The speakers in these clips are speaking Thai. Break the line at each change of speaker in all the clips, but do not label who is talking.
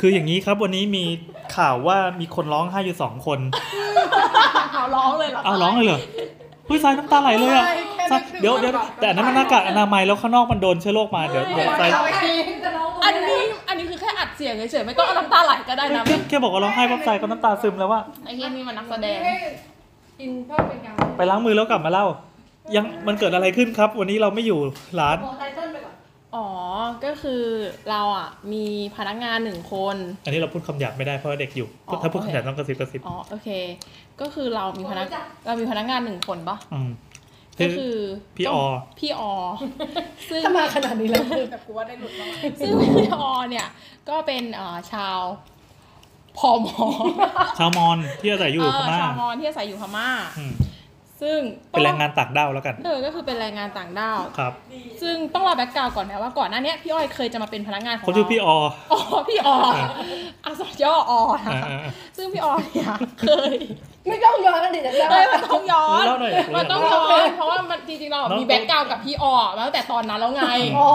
คืออย่างนี้ครับวันนี้มีข่าวว่ามีคนร้องไห้อยู่สองคน
เขาร้องเลยเหรอ
เอาร้องเลยเหรอเฮ้ยสายน้ำตาไหลเลยอ่ะ
ใช่
สาย
แค่นึกถึง
เดี๋ยวเดี๋ยว
มันแบบ
แต่อันนั้นมันหน้ากากอนามัยแล้วข้างนอกมันโดนเชื้อโรคมาเดี๋ยวเดี๋ยวสาย
เอาไว้ให้
อันนี้อันนี้คือแค่อัดเสียงเฉยๆไม่ต้องเอาน้ำตาไหลก็ได้ นะ
แค่แค่บอกว่าร้องไห้ปั๊บสายก็น้ำตาซึมแล้วว่า
ไอ้เฮียนี่มันนักแสดง
กินเพื่อเป็นการ
ไปล้างมือแล้วกลับมาเล่า ยังมันเกิดอะไรขึ้นครับ วันนี้เราไม่อยู่ร้าน
โมไตเติ้ลไปก่อน
อ๋อ ก็คือเราอ่ะมีพนักงานหนึ่งคน
อันนี้เราพูดคำหยาบไม่ได้เพราะว่าเด็กอยู่
อ๋อ
ถ้าพูดคำหยาบต้องกระซิบกระซิบ
อ๋อโอเค ก็คือเรามีพนักเรามีพนักงานหนึ่งคนปะ
อืมคื
ก็
อ
คือ
พี่ออ
พี่ออซึ่ง
ถ้ามาขนาดนี้แล้วคือแบบกูว่าได้หลุดแล้วอะ
ซึ่งพี่ออเนี่ยก็เป็นเอ่อชาวพอมอ
ชาวมอญที่อาศัยอยู่พม่า
เชาวมอญที่อาศัยอยู่พม่า
อืม
ซึ่ง
เป็นแรงงานต่างด้าวแล้วกัน
เออก็คือเป็นแรงงานต่างด้าว
ครับ
ซึ่งต้องเล่าแบ็กกราวก่อนนะว่าก่อนหน้าเนี้ยพี่อ้อยเคยจะมาเป็นพนักงานของ
เขา
เรา
ชื่อพี่ออ
อ๋อพี่อออักษรย่ออ
อ่า
นะคะ
อ่าอ่า
ซึ่งพี่ออเนี่ยเคย
ไม่ต้องย้อนกันดิเดี๋ยวจะ
เอ้
เล่าย
มันต้องย้อน
เล่าหน่อยอยากรู้
มันต้องย้อนเพราะว่ามันจริงๆเรา
น้อง
มีแบ็กกราวกับพี่ออมาตั้งแต่ตอนนั้นแล้วไง
อ๋
อ๋อ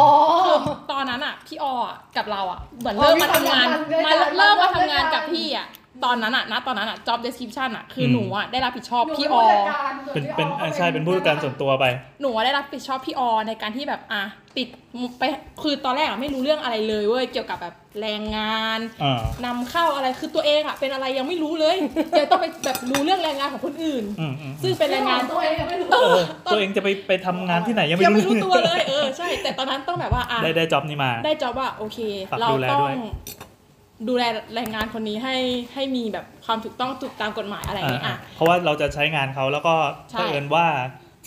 คือตอนนั้นอ่ะ พี่ออกับเราอ่ะเหมือนเริ่มมาทำงาน
อ๋อมี
มา
ความสัมพันธ์ด้วยกัน
เริ่มมาทำงานกับพี่อ่ะตอนนั้นอ่ะณตอนนั้นอ่ะ job description อ่ะคือหนูอ่ะได้รับผิดชอบพี่ออ
เป็นเป็นอ่าใช่เป็นผู้จัดการส่วนตัวไป
หนูอะได้รับผิดชอบพี่ออในการที่แบบอ่ะติดไปคือตอนแรกอะไม่รู้เรื่องอะไรเลยเว้ยเกี่ยวกับแบบแรงงาน
อ่าน
ำเข้าอะไรคือตัวเองอะเป็นอะไรยังไม่รู้เลย เดี๋ยวต้องไปแบบรู้เรื่องแรงงานของคนอื่น
อืมอืม
ซึ่งเป็นแรงงาน
ตัวเองยังไม่รู้
เอ
เอ
อ
อตัวเองจะไปไปทำงานที่ไหนยัง
ยัง
ไม่
ไม่รู้
รู้
ตัวเลยเออใช่ แต่ตอนนั้นต้องแบบว่าอ่ะ
ได้ได้จ็อบนี้มา
ได้จอบว่าโอเค
ฝาก
เรา
ดูแล
ต้อ
ด้
ง
วย
ดูแลแรงงานคนนี้ให้ให้มีแบบความถูกต้องถูกตามกฎหมายอะไรอย่างเงี้ย
อ่า
อ่ะ
เพราะว่าเราจะใช้งานเขาแล้วก็
ใช่
เผอิญว่า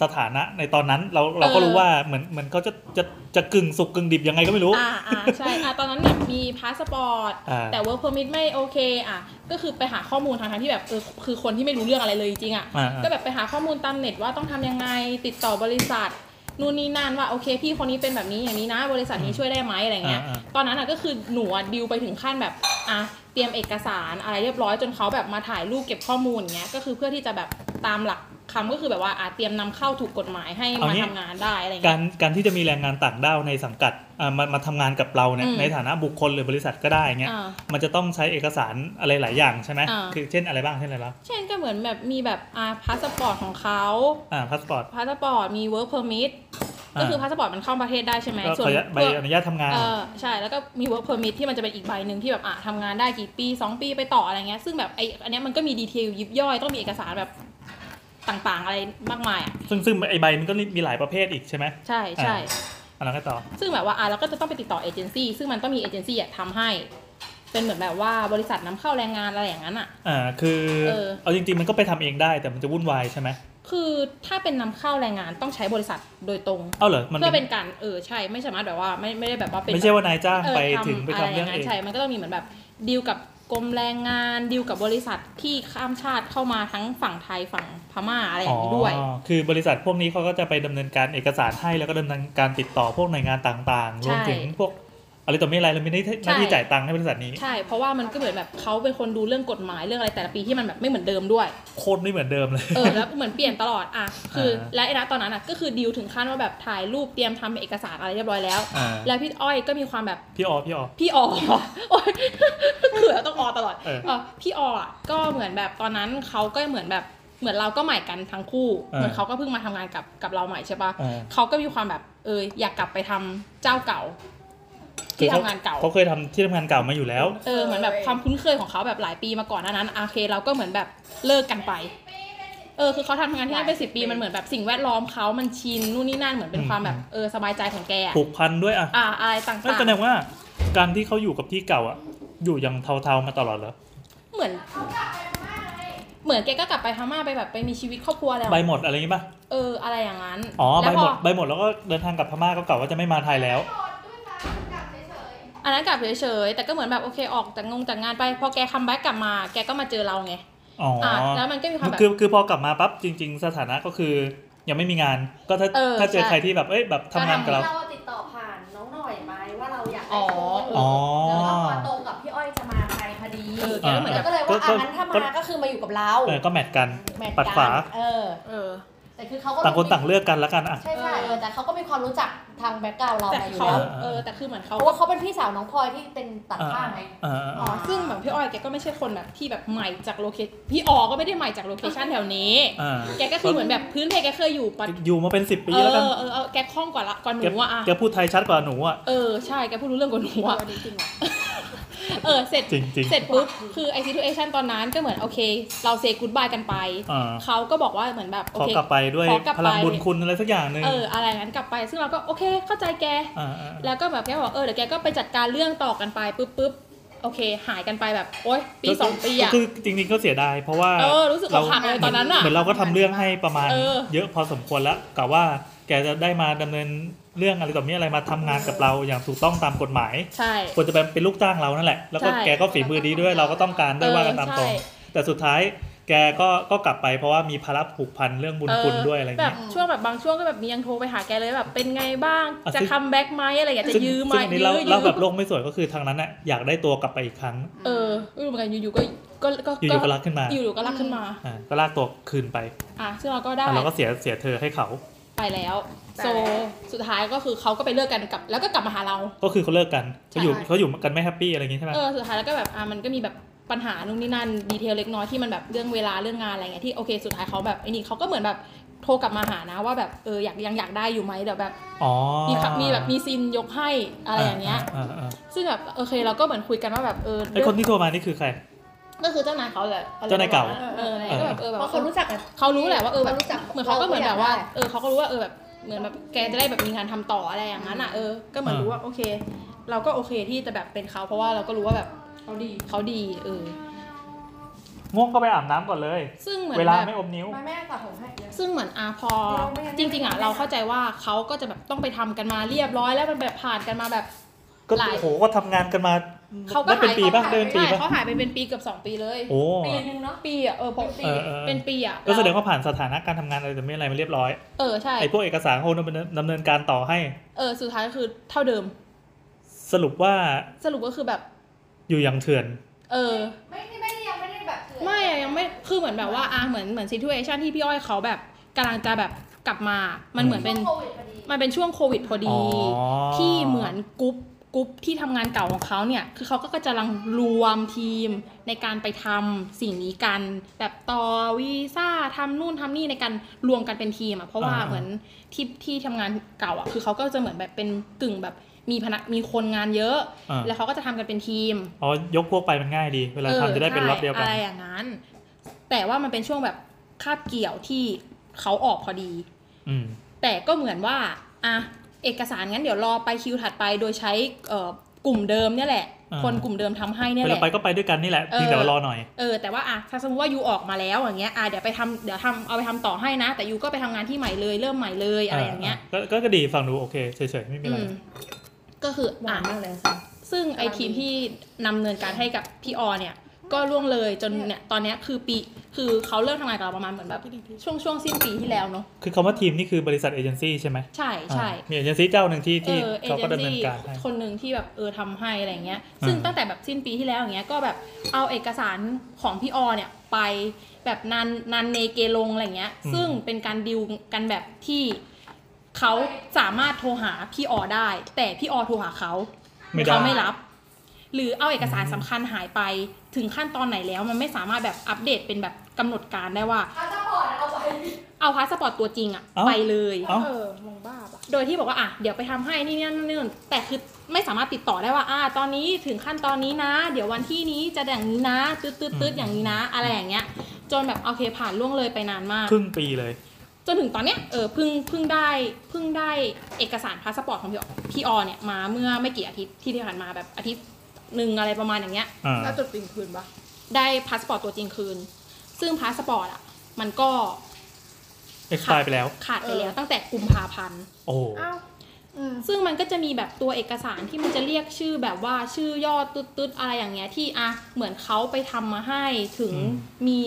สถานะในตอนนั้นเราเราก็
เออ
รู้ว่าเหมือนเหมือนเขาจะจะจะกึ่งสุกกึ่งดิบยังไงก็ไม่รู้
อ่าอ่าใช่อ่าตอนนั้นแบบมีพาสปอร์ต
อ่า
แต่ work permit ไม่โอเคอ่ะก็คือไปหาข้อมูลทางทางๆที่แบบเออคือคนที่ไม่รู้เรื่องอะไรเลยจริงๆอ่ะ
อ่าๆ
ก็แบบไปหาข้อมูลตามเน็ตว่าต้องทำยังไงติดต่อบริษัทนู่นนี่นั่นว่าโอเค พี่คนนี้เป็นแบบนี้อย่างนี้นะ บริษัทนี้ช่วยได้ไหมอะไรเงี้ย
อ่า
ตอนนั้นอ่ะก็คือหนูอ่ะดิวไปถึงขั้นแบบอ่ะเตรียมเอกสารอะไรเรียบร้อยจนเขาแบบมาถ่ายรูปเก็บข้อมูลอย่างเงี้ยก็คือเพื่อที่จะแบบตามหลักคำก็คือแบบว่าอ่ะเตรียมนำเข้าถูกกฎหมายให้
เอา
มา
งี้
ทำงานได้อะไรเงี้ย
การการที่จะมีแรงงานต่างด้าวในสังกัดอ่ามามาทำงานกับเราเนี่ย
อืม
ในฐานะบุคคลหรือบริษัทก็ได้เงี้ย
อ่า
มันจะต้องใช้เอกสารอะไรหลายอย่างใช่ไหม
อ่า
คือเช่นอะไรบ้างเช่นอะไรบ้าง
เช่นก็เหมือนแบบมีแบบอ่ะพาสปอร์ตของเขา
อ่าพาสปอร์ต
พาสปอร์ตมี work permit
อ่า
ก็คือพาสปอร์ตมันเข้าประเทศได้ใช่ไหม
ก็ขออนุญาตใบ
พวก
อนุญาตทำงาน
เออใช่แล้วก็มี work permit ที่มันจะเป็นอีกใบหนึ่งที่แบบอ่ะทำงานได้กี่ปี 2 ปีไปต่ออะไรเงี้ยซึ่งแบบไออันเนี้ยมันก็มีดีเทลยิบย่อยต้องมีเอกสารแบบต่างๆอะไรมากมายอ่ะ
ซึ่งซึ่งไอใบมันก็มีหลายประเภทอีกใช่ไหม
ใช่ใช่
อ่ะแล้วก็ต่อ
ซึ่งแบบว่าอ่ะเราก็จะต้องไปติดต่อเอเจนซี่ซึ่งมันต้องมีเอเจนซี่อ่ะทำให้ เป็นเหมือนแบบว่าบริษัทนำเข้าแรงงานอะไรอย่างนั้นอ่ะ
อ่าคือ
เออ
เอาจริง ๆ มันก็ไปทำเองได้แต่มันจะวุ่นวายใช่ไหม
คือถ้าเป็นนำเข้าแรงงานต้องใช้บริษัทโดยตรง
เอ้าเหรอมัน
เพื่อเป็นการเออใช่ไม่สามารถแบบว่าไม่ไม่ได้แบบว่าเป็น
ไม่ใช่ว่านายจ้าง
เออ
ไปถึงไปทำ
ะ
เรื่อง
ย่า
เอง
ใช่ มันก็ต้องมีเหมือนแบบดีลกับกรมแรงงานดีลกับบริษัทที่ข้ามชาติเข้ามาทั้งฝั่งไทยฝั่งพม่าอะไรอย่างนี้ด้วย
อ๋อ คือบริษัทพวกนี้เขาก็จะไปดำเนินการเอกสารให้แล้วก็ดำเนินการติดต่อพวกหน่วยงานต่างๆ ร
ใช่
วมถึงพวกอะไรต่อไม่อะไรเราไม่ได้หน้าที่
ใช่
จ่ายตังค์ให้บริษัทนี้
ใช่ เพราะว่ามันก็เหมือนแบบเขาเป็นคนดูเรื่องกฎหมายเรื่องอะไรแต่ละปีที่มันแบบไม่เหมือนเดิมด้วย
โคตรไม่เหมือนเดิมเลย
เออแล้วเหมือนเปลี่ยนตลอดอ่ะคืออา และไอ้นะตอนนั้นอ่ะก็คือดีลถึงขั้นว่าแบบถ่ายรูปเตรียมทำเอกสารอะไรเรียบร้อยแล้ว
อ่า
แล้วพี่อ้อยก็มีความแบบ
พี่ออพี่ออ
พี่ออโอ๊ยเขื่อต้องออตลอด
เออ
เออพี่ออ่ะก็เหมือนแบบตอนนั้นเขาก็เหมือนแบบเหมือนเราก็ใหม่กันทั้งคู่
เออ
เหมือนเขาก็เพิ่งมาทำงานกับกับเราใหม่ใช่ปะ
เออ
เขาก็มีความแบบเอออยากกลับไปทำเจ้าเก่า ที่ทำงานเก่า
เขาเคยทำที่ทำงานเก่ามาอยู่แล้ว
เออเหมือนแบบความคุ้นเคยของเขาแบบหลายปีมาก่อนหนานั้นอ่ะโอเคเราก็เหมือนแบบเลิกกันไป เออคือเขาทำงานที่นั่นเป็นสิบปีมันเหมือนแบบสิ่งแวดล้อมเขามันชินนู่นนี่นั่นเหมือนเป็นความแบบเออสบายใจของแกอะ
ผูกพันด้วยอ่ะ
อ่ะอะไรต่างๆ
นั่นแสดงว่าการที่เขาอยู่กับที่เก่าอ่ะ อยู่อย่างเทาๆมาตลอดเหรอ
เหมือนเหมือนแกก็กลับไปพม่าไปแบบไปมีชีวิตครอบครัวอะไร
ใบหมดอะไรอย่างงี้ป่ะ
เอออะไรอย่างนั้น
อ๋อ ใบห
แล้วพ
ม
อ
ด ใบหมดแล้วก็เดินทางกลับพม่าก็กล่าวว่าจะไม่มาไทยแล้ว
อันนั้นกลับเฉยๆแต่ก็เหมือนแบบโอเคออกจากงงจากงานไปพอแกคัมแบ็กกลับมาแกก็มาเจอเราไง
อ๋ออ
อ่ะแล้วมันก็มีความแบบ
คือคือพอกลับมาปั๊บจริง ๆ สถานะก็คือยังไม่มีงานก็ถ้า
เออ
ถ้าเจอ
ใช่
ใครที่แบบเอ้ยแบบทำงานกับเรา
เราติดต่อผ่านน้องหน่อยไหมว่าเราอยาก
อ๋อ
อ๋อ
แล้วก็พอตรงกับพี่อ้อยจะมาไทยพอดี
เออแกก็เหมือน
แล้
กับ
วก็เลยว่า
ก็
อ่ะงั้นถ้า
ก็
มาก็คือมาอยู่กับเรา
เออก็แมทกัน
แมท
ปัด
กัน
ฝา
เออ
เออ
แต่คือเขาก็
ต่างคนต่างเลือกกันละกันอ่ะ
ใช่ใช่เออแต่เขาก็มีความรู้จักทางแบ็กกราวเรา
แต่
มาอยู่
เขา
แล้ว
า
เออแต่คือเหมือน
เพ
เขา
ราะว่าเขาเป็นพี่สาวน้องพลอยที่เป็นตัดข้างไง
อ่า
อ๋อซึ่งเหมือนพี่อ้อยแกก็ไม่ใช่คนแบบที่แบบใหม่จากโลเคชพี่ออก็ไม่ได้ใหม่จากโลเคชันแถวนี้
อ่า
แกก็คือเหมือนแบบพื้นเพแกเคยอยู่ปัด
อยู่มาเป็นสิบปี
เอ
แล้วกัน
อเออเออแกคล่องกว่าละกว่าหนู
แก
อะอะ
แกพูดไทยชัดกว่าหนูอ่ะ
เออใช่แกพูดรู้เรื่องกว่าหนูอะ
จริงเหรอ
เออเสร็จ
จริงจริง
เสร็จปุ๊บคือไอซิทูเอชันตอนนั้นก็เหมือนโอเค เราเซกูดบายกันไป
อ่า
เขาก็บอกว่าเหมือนแบบโอ
ขอ
เค
กลับไปด้วย
ขอกลับไป
พลังบุญคุณอะไรสักอย่างหนึ่ง
เอออะไรงั้นกลับไป ซึ่งเราก็โอเคเข้าใจแก
อ่าอ่า
แล้วก็แบบแกบอกเออเดี๋ยวแกก็ไปจัดการเรื่องต่อกันไปปุ๊บปุ๊บโอเค หายกันไปแบบโอ๊ยปีสองปีอะ
ก็คือจริงๆก็เสียดายเพราะว่า
เออรู้สึกอกหักเลยตอนนั้นอะ
เหมือนเราก็ทำเรื่องให้ประมาณ
เออ
เยอะพอสมควรแล้วกะว่าแกจะได้มาดำเนินเรื่องอะไรต่อมีอะไรมาทำงานกับเราอย่างถูกต้องตามกฎหมาย
ใช่
ควรจะเป็นเป็นลูกจ้างเรานั่นแหละ แล้วก็
ใช่
แกก็ฝีมือดีด้วยเราก็ต้องการด้วย
เออ
ว่ากันตามตรง
ใช่
แต่สุดท้ายแกก็ก็กลับไปเพราะว่ามีภาระผูกพันเรื่องบุญคุณด้วยอะไร
แบ
เงี้
บ
ย
ช่วงแบบบางช่วงก็แบบมียังโทรไปหาแกเลยแบบเป็นไงบ้าง
อ่ะ
จะ
ซึ่ง
คัมแบ็กไหมอะไรอย่างเงี้ยจะยื้อไหม
ซึ่งอันนี้
ยื้
เรา
อ
เรา
ยื้
แบบ
อ
โลกไม่สวยก็คือทางนั้นน่ะอยากได้ตัวกลับไปอีกครั้ง
เออไม่รู้เหมือนกันอยู่ๆก็ก็ก็
อยู่ๆก็รักขึ้นมา
อยู่ๆก็รักขึ้นมา
อ่าก็ลากตัวคืนไป
อ่ะซึ่งเราก็ได้
แล้วเราก็เสียเสียเธอให้เขา
ไปแล้ว
ไป
โซ
แล้ว
สุดท้ายก็คือเขาก็ไปเลิกกันกับ แล้วก็กลับมาหาเรา
ก็คือเขาเลิกกัน
ใช่
เขาอยู่เขาอยู่กันไม่แฮปปี้อะไรอย่างงี้ใช่ไหม
เออสุดท้ายแล้วก็แบบอ่ะมันก็มีแบบปัญหานู่นนี่นั่นดีเทลเล็กน้อยที่มันแบบเรื่องเวลาเรื่องงานอะไรเงี้ยที่โอเคสุดท้ายเขาแบบไอ้นี่เขาก็เหมือนแบบโทรกลับมาหานะว่าแบบเอออยากยังอยากได้อยู่ไหมเดี๋ยวแบบ
อ๋อ
มีขับมีแบบมีซินยกให้อะไรอย่างเงี้ย
อ่าอ่าอ่า
ซึ่งแบบโอเคเราก็เหมือนคุยกันว่าแบบเออ
ไอคนที่โทรมานี่คือใคร
ก็คือเจ้านายเขาแหละอะไร
เจ้านายเก่า
ประมณนั้นเอออะไรก็แบบเออแบบ
เพราะเขารู้จักกัน
เขารู้แหละว่าเออแบบ
เขารู้จัก
เหมือนเขาก็เหมือนแบบว่าเออเขาก็รู้ว่าเออแบบเหมือนแบบแกจะได้แบบมีงานทำต่ออะไรอย่างนั้นอ่ะเออก็เหมือนรู้ว่าโอเค เราก็โอเคที่จะแบบเป็นเขาเพราะว่าเราก็รู้ว่าแบบ
เขาดี
เขาดีเออ
ง่วงก็ไปอาบน้ำก่อนเลย
ซึ่งเหมือน
เวลา
แบบ
ไม่อมนิ้ว
มาแม่ตัดผมให้เดี๋ยว
ซึ่งเหมือนอาพอ
เราไม่ได้
จริง ๆอ่ะเราเข้าใจว่าเขาก็จะแบบต้องไปทำกันมาเรียบร้อยแล้วมันแบบผ่านกันมาแบบ
ก็
หลาย
โอ้โหก็ทำงานกันมา
เขาก็
ได้เป็น
หาย
ปีป่ะได้เป็นปี
ใช่
ป่ะ
เขาหายไปเป็นปีเกือบสองปีเลย
โอ้
ปีนึงเนาะ
ปีอ่ะเออผม
เออเออ
เป็นปีอ่ะ
ก็แสดงว่าผ่านสถานะการทำงานอะไรแต่ไม่อะไรมาเรียบร้อย
เออใช่
ไอ้พวกเอกสารโฮนนดำเนินการต่อให้
เออสุดท้ายก็คือเท่าเดิม
สรุปว่า
สรุปก็คือแบบ
อยู่อย่างเถื่อน
เออ
ไม่ไม่ไม่ได้ยังไม่ได้แบบเถื่อน
ไม่อะยังไม่คือเหมือนแบบว่าอ่ะเหมือนเหมือนซีทูเอชันที่พี่อ้อยเขาแบบกำลังจะแบบกลับมา มันเหมือนเป็น
ช่วงโควิดพอดี
มันเป็นช่วงโควิดพอ
อ๋
ดี
อ
ที่เหมือนกรุ๊ปกรุ๊ปที่ทำงานเก่าของเขาเนี่ย คือเขาก็กำลังรวมทีมในการไปทำสิ่งนี้กัน แบบต่อวีซ่าทำนู่นทำนี่ในการรวมกันเป็นทีมอ่ะเพราะว่า
อ่า
เหมือนที่ที่ทำงานเก่าอ่ะคือเขาก็จะเหมือนแบบเป็นกึ่งแบบมีพนักมีคนงานเยอะ
อ่า
แล้วเขาก็จะทำกันเป็นทีม
อ๋อยกพวกไปมันง่ายดี เวลา
ออ
ทำจะได้เป็น
ใช่
ล็อตเดียวกัน
อะไรอย่างนั้น แต่ว่ามันเป็นช่วงแบบคาบเกี่ยวที่เขาออกพอดี
อืม
แต่ก็เหมือนว่าอ่ะเอกสารงั้นเดี๋ยวรอไปคิวถัดไปโดยใช้เอ่อกลุ่มเดิมเนี่ยแหละ
อ่า
คนกลุ่มเดิมทำให้เนี่ย
เว
แห
ลา
ละ
ไปก็ไปด้วยกันนี่แหละ
เออ
เพียงแต่ว่ารอหน่อย
เออแต่ว่าอ่ะถ้าสมมติว่ายูออกมาแล้วอย่างเงี้ยอ่ะเดี๋ยวไปทำเดี๋ยวทำเอาไปทำต่อให้นะ แต่ยูก็ไปทำงานที่ใหม่เลยเริ่มใหม่เลยอะไรอย่างเงี้ย
ก็ก็ก็ดีฟังดูโอเคเฉยๆไม่มี
อื
อะไร
มก็คืออ่ะ
มากเลยสิ
ซึ่งไอทีมที่นำเนินการให้กับพี่ออเนี่ย ก็ล่วงเลยจนเนี่ยตอนเนี้ยคือปีคือเขาเริ่มทำงานกับเราประมาณเหมือนแบบช่วงช่วงสิ้นปีที่แล้วเนาะ
คือคำว่าทีมนี่คือบริษัทเอเจนซี่ใช่ไหม
ใช่ใช่
อ่ามีเอเจนซี่เจ้าหนึ่งที่
เอ
ที่
อเอ
เขา
เจ
ก็
น
ดำเนิน
ซี่
การให้
คนหนึ่งที่แบบเออทำให้อะไรเงี้ย ซึ่ง
อ่า
ตั้งแต่แบบสิ้นปีที่แล้วอย่างเงี้ยก็แบบเอาเอกสารของพี่ออเนี่ยไปแบบนันนันเนเกลงอะไรเงี้ย ซึ่งเป็นการดิวกันแบบที่เขาสามารถโทรหาพี่ออได้ แต่พี่ออโทรหาเขา
ไม่ได้
เขาไม่รับ หรือเอาเอกสาร
อืม
สำคัญหายไปถึงขั้นตอนไหนแล้ว มันไม่สามารถแบบอัปเดตเป็นแบบกำหนดการได้ว่า
พาสปอร์ตเอาไป
เอาพาสปอร์ตตัวจริงอะ
เอ้า
ไปเลย
เอ้า
เออมองบ้าปะ
โดยที่บอกว่าอ่ะเดี๋ยวไปทำให้นี่นั่นนู่นแต่คือไม่สามารถติดต่อได้ว่าอ่าตอนนี้ถึงขั้นตอนนี้นะ เดี๋ยววันที่นี้จะอย่างนี้นะตืดตืดตืด
อืม
อย่างนี้นะ อะไรอย่างเงี้ย จนแบบโอเคผ่านล่วงเลยไปนานมาก
ครึ่งปีเลย
จนถึงตอนเนี้ยเออเพึ่งเพึ่งได้เพึ่งได้เอกสารพาสปอร์ตของพี่ออพี่ออเนี่ยมาเมื่อไม่กี่อาทิตย์ที่ผ่านมาแบบอาทิตย์หนึ่งอะไรประมาณอย่างเงี้ย
อ่า
แล้วจุดปิงคืนปะ
ได้พาสปอร์ตตัวจริงคืน ซึ่งพาสปอร์ตอ่ะ มันก็
เอ็กซ์ไไปแล้ว
ขาดไปแล้วตั้งแต่กุมภาพันธ์
โอ้โห
อ้าวอืม
ซึ่งมันก็จะมีแบบตัวเอกสารที่มันจะเรียกชื่อแบบว่าชื่อย่อตุ๊ดๆอะไรอย่างเงี้ยที่อ่ะเหมือนเขาไปทำมาให้ถึงมี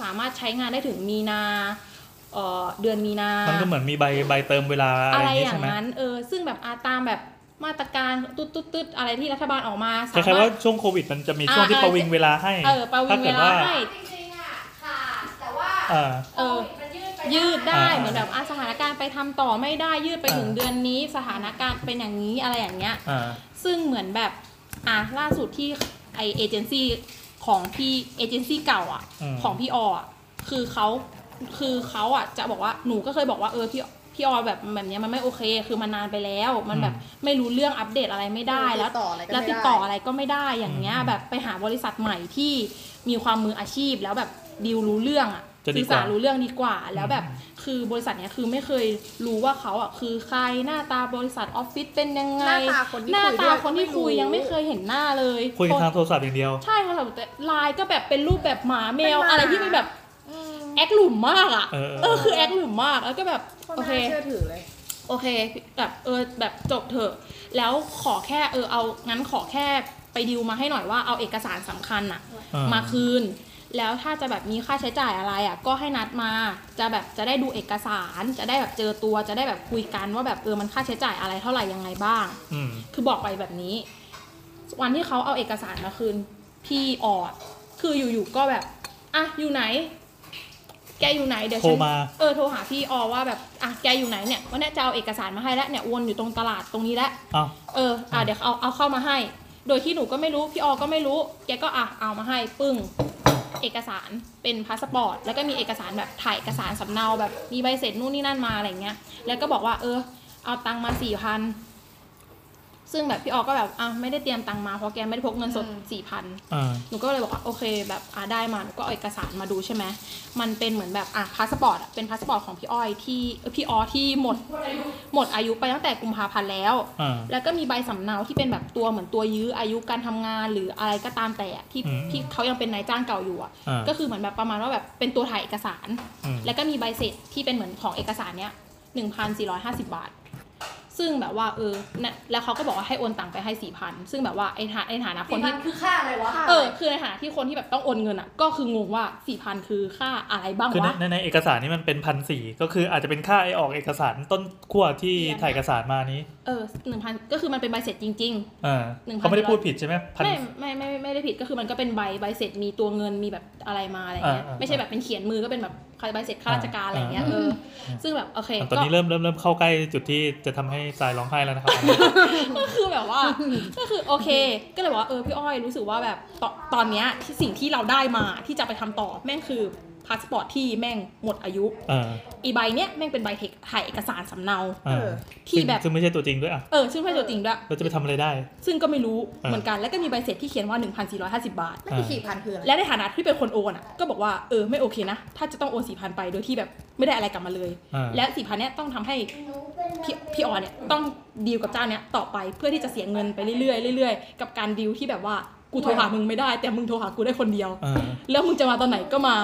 สามารถใช้งานได้ถึงมีนาเอ่อเดือนมีนา
มันก็เหมือนมีใบใบเติมเวลาอะ
อะไร ไร
อย่างงี้ใช่
อย่าง
ไหม
นั้นเออซึ่งแบบอาตามแบบมาตรการตุ๊ดๆๆอะไรที่รัฐบาลออกมา
ค
สา
ล้ายๆ
มาร
ว่า
ถ
ช่วงโควิดมันจะมีช่วงที่
อ่า
ประวิงเวลาให้
เออประวิ
ถ้าง
เว
เกิด
ลา
ว่า
ให้
จริงๆอ่ะค่ะ แต่ว่า
เออ
เออ
โควิดมันยืดไป
ยืดได้
อ่า
เหมือนแบบอ่ะสถานการณ์ไปทำต่อไม่ได้ยืดไปถึง
อ่า
เดือนนี้ สถานการณ์เป็นอย่างนี้อะไรอย่างเงี้ย
อ่า
ซึ่งเหมือนแบบอ่ะล่าสุดที่ไอเอเจนซี่ของพี่เอเจนซี่เก่าอ่ะ
อืม
ของพี่ออ่ะคือเขาคือเขาอ่ะจะบอกว่าหนูก็เคยบอกว่าเออพี่พี่ออแบบแบบเนี้ยมันไม่โอเค คือมันนานไปแล้ว มันแบบไม่รู้เรื่องอัปเดตอะไรไม่ได้แล้ว
ติดต่ออะไรก็ไม่ได้
แล้วติดต่ออะไรก็ไม่ได้อย่างเงี้ย
อืม
แบบไปหาบริษัทใหม่ที่มีความมืออาชีพแล้วแบบดีลรู้เรื่องอ่ะ
จะดี
สื่อก
ว่า
สารรู้เรื่องดีกว่า แล้วแบบ
อืม
คือบริษัทเนี้ยคือไม่เคยรู้ว่าเขาอ่ะคือใครหน้าตาบริษัทออฟฟิศเป็นยังไง
หน้าตาคนที่
หน้า
คุยด้วย
ตาคนที่คุย
ไม่รู้
ยังไม่เคยเห็นหน้าเลย
คุยกันทาง
น
โทรศัพท์อย่างเดียว
ใช่ค่ะแต่ไลน์ก็แบบเป็นรูปแบบหมาแมว
เป็นหมา
อะไรที่มันแบบ
อืม
แอคหลุมมากอ่ะ
เออเออ
คือแอคหลุมมากแล้วก็แบบ
โคน
โอ
น่า
เค
เชื่อถือเลย
โอเคแบบเออแบบจบเถอะ แล้วขอแค่เออเอางั้นขอแค่ไปดิวมาให้หน่อยว่าเอาเอกสารสำคัญอะ
อ่าม
มาคืน แล้วถ้าจะแบบมีค่าใช้จ่ายอะไรอะก็ให้นัดมาจะแบบจะได้ดูเอกสาร จะได้แบบเจอตัวจะได้แบบคุยกันว่าแบบเออมันค่าใช้จ่ายอะไรเท่าไหร่ยังไงบ้าง
อืม
คือบอกไปแบบนี้ วันที่เขาเอาเอกสารมาคืน พี่ออด คืออยู่ๆก็แบบ อ่ะอยู่ไหน แกอยู่ไหนเดี๋ยวฉัน
โทรมา
เออโทรหาพี่ออว่าแบบอ่ะแกอยู่ไหนเนี่ยวันเนี้ยจะเอาเอกสารมาให้แล้วเนี่ยวนอยู่ตรงตลาดตรงนี้แล้ว
เอ้า
เอออ่ะเดี๋ยวเอาเอาเข้ามาให้ โดยที่หนูก็ไม่รู้พี่ออก็ไม่รู้ แกก็อ่ะเอามาให้ปึ้งเอกสารเป็นพาสปอร์ตแล้วก็มีเอกสารแบบถ่ายเอกสารสำเนาแบบมีใบเสร็จนู่นนี่นั่นมาอะไรเงี้ย แล้วก็บอกว่า เออ เอาตังค์มาสี่พัน ซึ่งแบบพี่ออก็แบบอ่ะไม่ได้เตรียมตังค์มาเพราะแกไม่ได้พกเงินสด
อืม
สี่พัน
อ่า
หนูก็เลยบอกว่าโอเคแบบอ่ะได้มาหนูก็เอาเอกสารมาดูใช่ไหมมันเป็นเหมือนแบบอ่ะพาสปอร์ตอะเป็นพาสปอร์ตของพี่อ้อยที่เอ้ยพี่ออที่หมดหมดอายุไปตั้งแต่กุมภาพันธ์แล้ว
อ่า
แล้วก็มีใบสำเนาที่เป็นแบบตัวเหมือนตัวยื้ออายุการทำงานหรืออะไรก็ตามแต่อะที่
อืม
ที่เขายังเป็นนายจ้างเก่าอยู่อ่ะ
อ่า
ก็คือเหมือนแบบประมาณว่าแบบเป็นตัวถ่ายเอกสาร
อืม
แล้วก็มีใบเสร็จที่เป็นเหมือนของเอกสารเนี้ยหนึ่งพันสี่ร้อยห้าสิบาท ซึ่งแบบว่าเออนะแล้วเขาก็บอกว่าให้โอนตังค์ไปให้สี่พันซึ่งแบบว่าไอ้ฐาในฐานะค
สี่
น
พั
ที่
นคือค่าอะไรวะ
ค่า
เออคือในฐานะที่คนที่แบบต้องโอนเงินอ่ะ ก็คืองงว่าสี่พันคือค่าอะไรบ้าง
คือใน
วะ
ในในเอกสารนี่มันเป็นพันสี่ก็คืออาจจะเป็นค่าไอออกเอกสารต้นขั้วที่
เดือนนะ
ถ่ายเอกสารมานี้
เออหนึ่งพันก็คือมันเป็นใบเสร็จจริง
อ่า
หนึ่งพัน
เขาไม่ได้พูดผิดใช่ไหม
ๆ
พัน
ไม่ไม่ไม่ไม่ไม่ได้ผิดก็คือมันก็เป็นใบใบเสร็จมีตัวเงินมีแบบอะไรมาอะไรเงี้ย
อ่าอ่า
ไม่ใช่แบบเป็นเขียนมือก็เป็นแบบใบเสร็จข้าราชการอะไรเงี้ย
อ่า
เออซึ่งแบบโอเค
ตอนนี้
ก็
เริ่มเริ่มเริ่มเข้าใกล้จุดที่จะทำให้สายร้องไห้แล้วนะครับ
ก็คือแบบว่า ก็คือโอเค ก็เลยบอกว่าเออพี่อ้อยรู้สึกว่าแบบตอนตอนเนี้ยที่สิ่งที่เราได้มาที่จะไปทำต่อแม่งคือพาสปอร์ตที่แม่งหมดอายุ
เออ
อีใบ เนี้ยแม่งเป็นใบเทคถ่ายเอกสารสำเนา
เออ
ที่แบ
ซึ่
บ
งซึ่งไม่ใช่ตัวจริงด้วยอ่ะ
เออซึ่งไม่ใช่ตัวจริงด้วย
เราจะไปทำอะไรได้
ซึ่งก็ไม่รู้
อ่า
เหมือนกัน แล้วก็มีใบเสร็จที่เขียนว่า 1,450 บาท
ไม่กี่สี่พันคืออะไร
และในฐานะที่เป็นคนโอนอ่ะ ก็บอกว่า เออ ไม่โอเคนะ ถ้าจะต้องโอน 4,000 ไป โดยที่แบบไม่ได้อะไรกลับมาเลย
อ่า
และ 4,000 เนี้ยต้องทำให้พี่พี่ออเนี่ยต้องดีลกับเจ้าเนี้ยต่อไปเพื่อที่จะเสียเงินไปเรื่อยๆเรื่อยๆ กับการดีลที่แบบว่ากูโทรหามึงไม่ได้ แต่มึงโทรหากูได้คนเดียว
เออ
แล้วมึงจะมาตอนไหนก็มา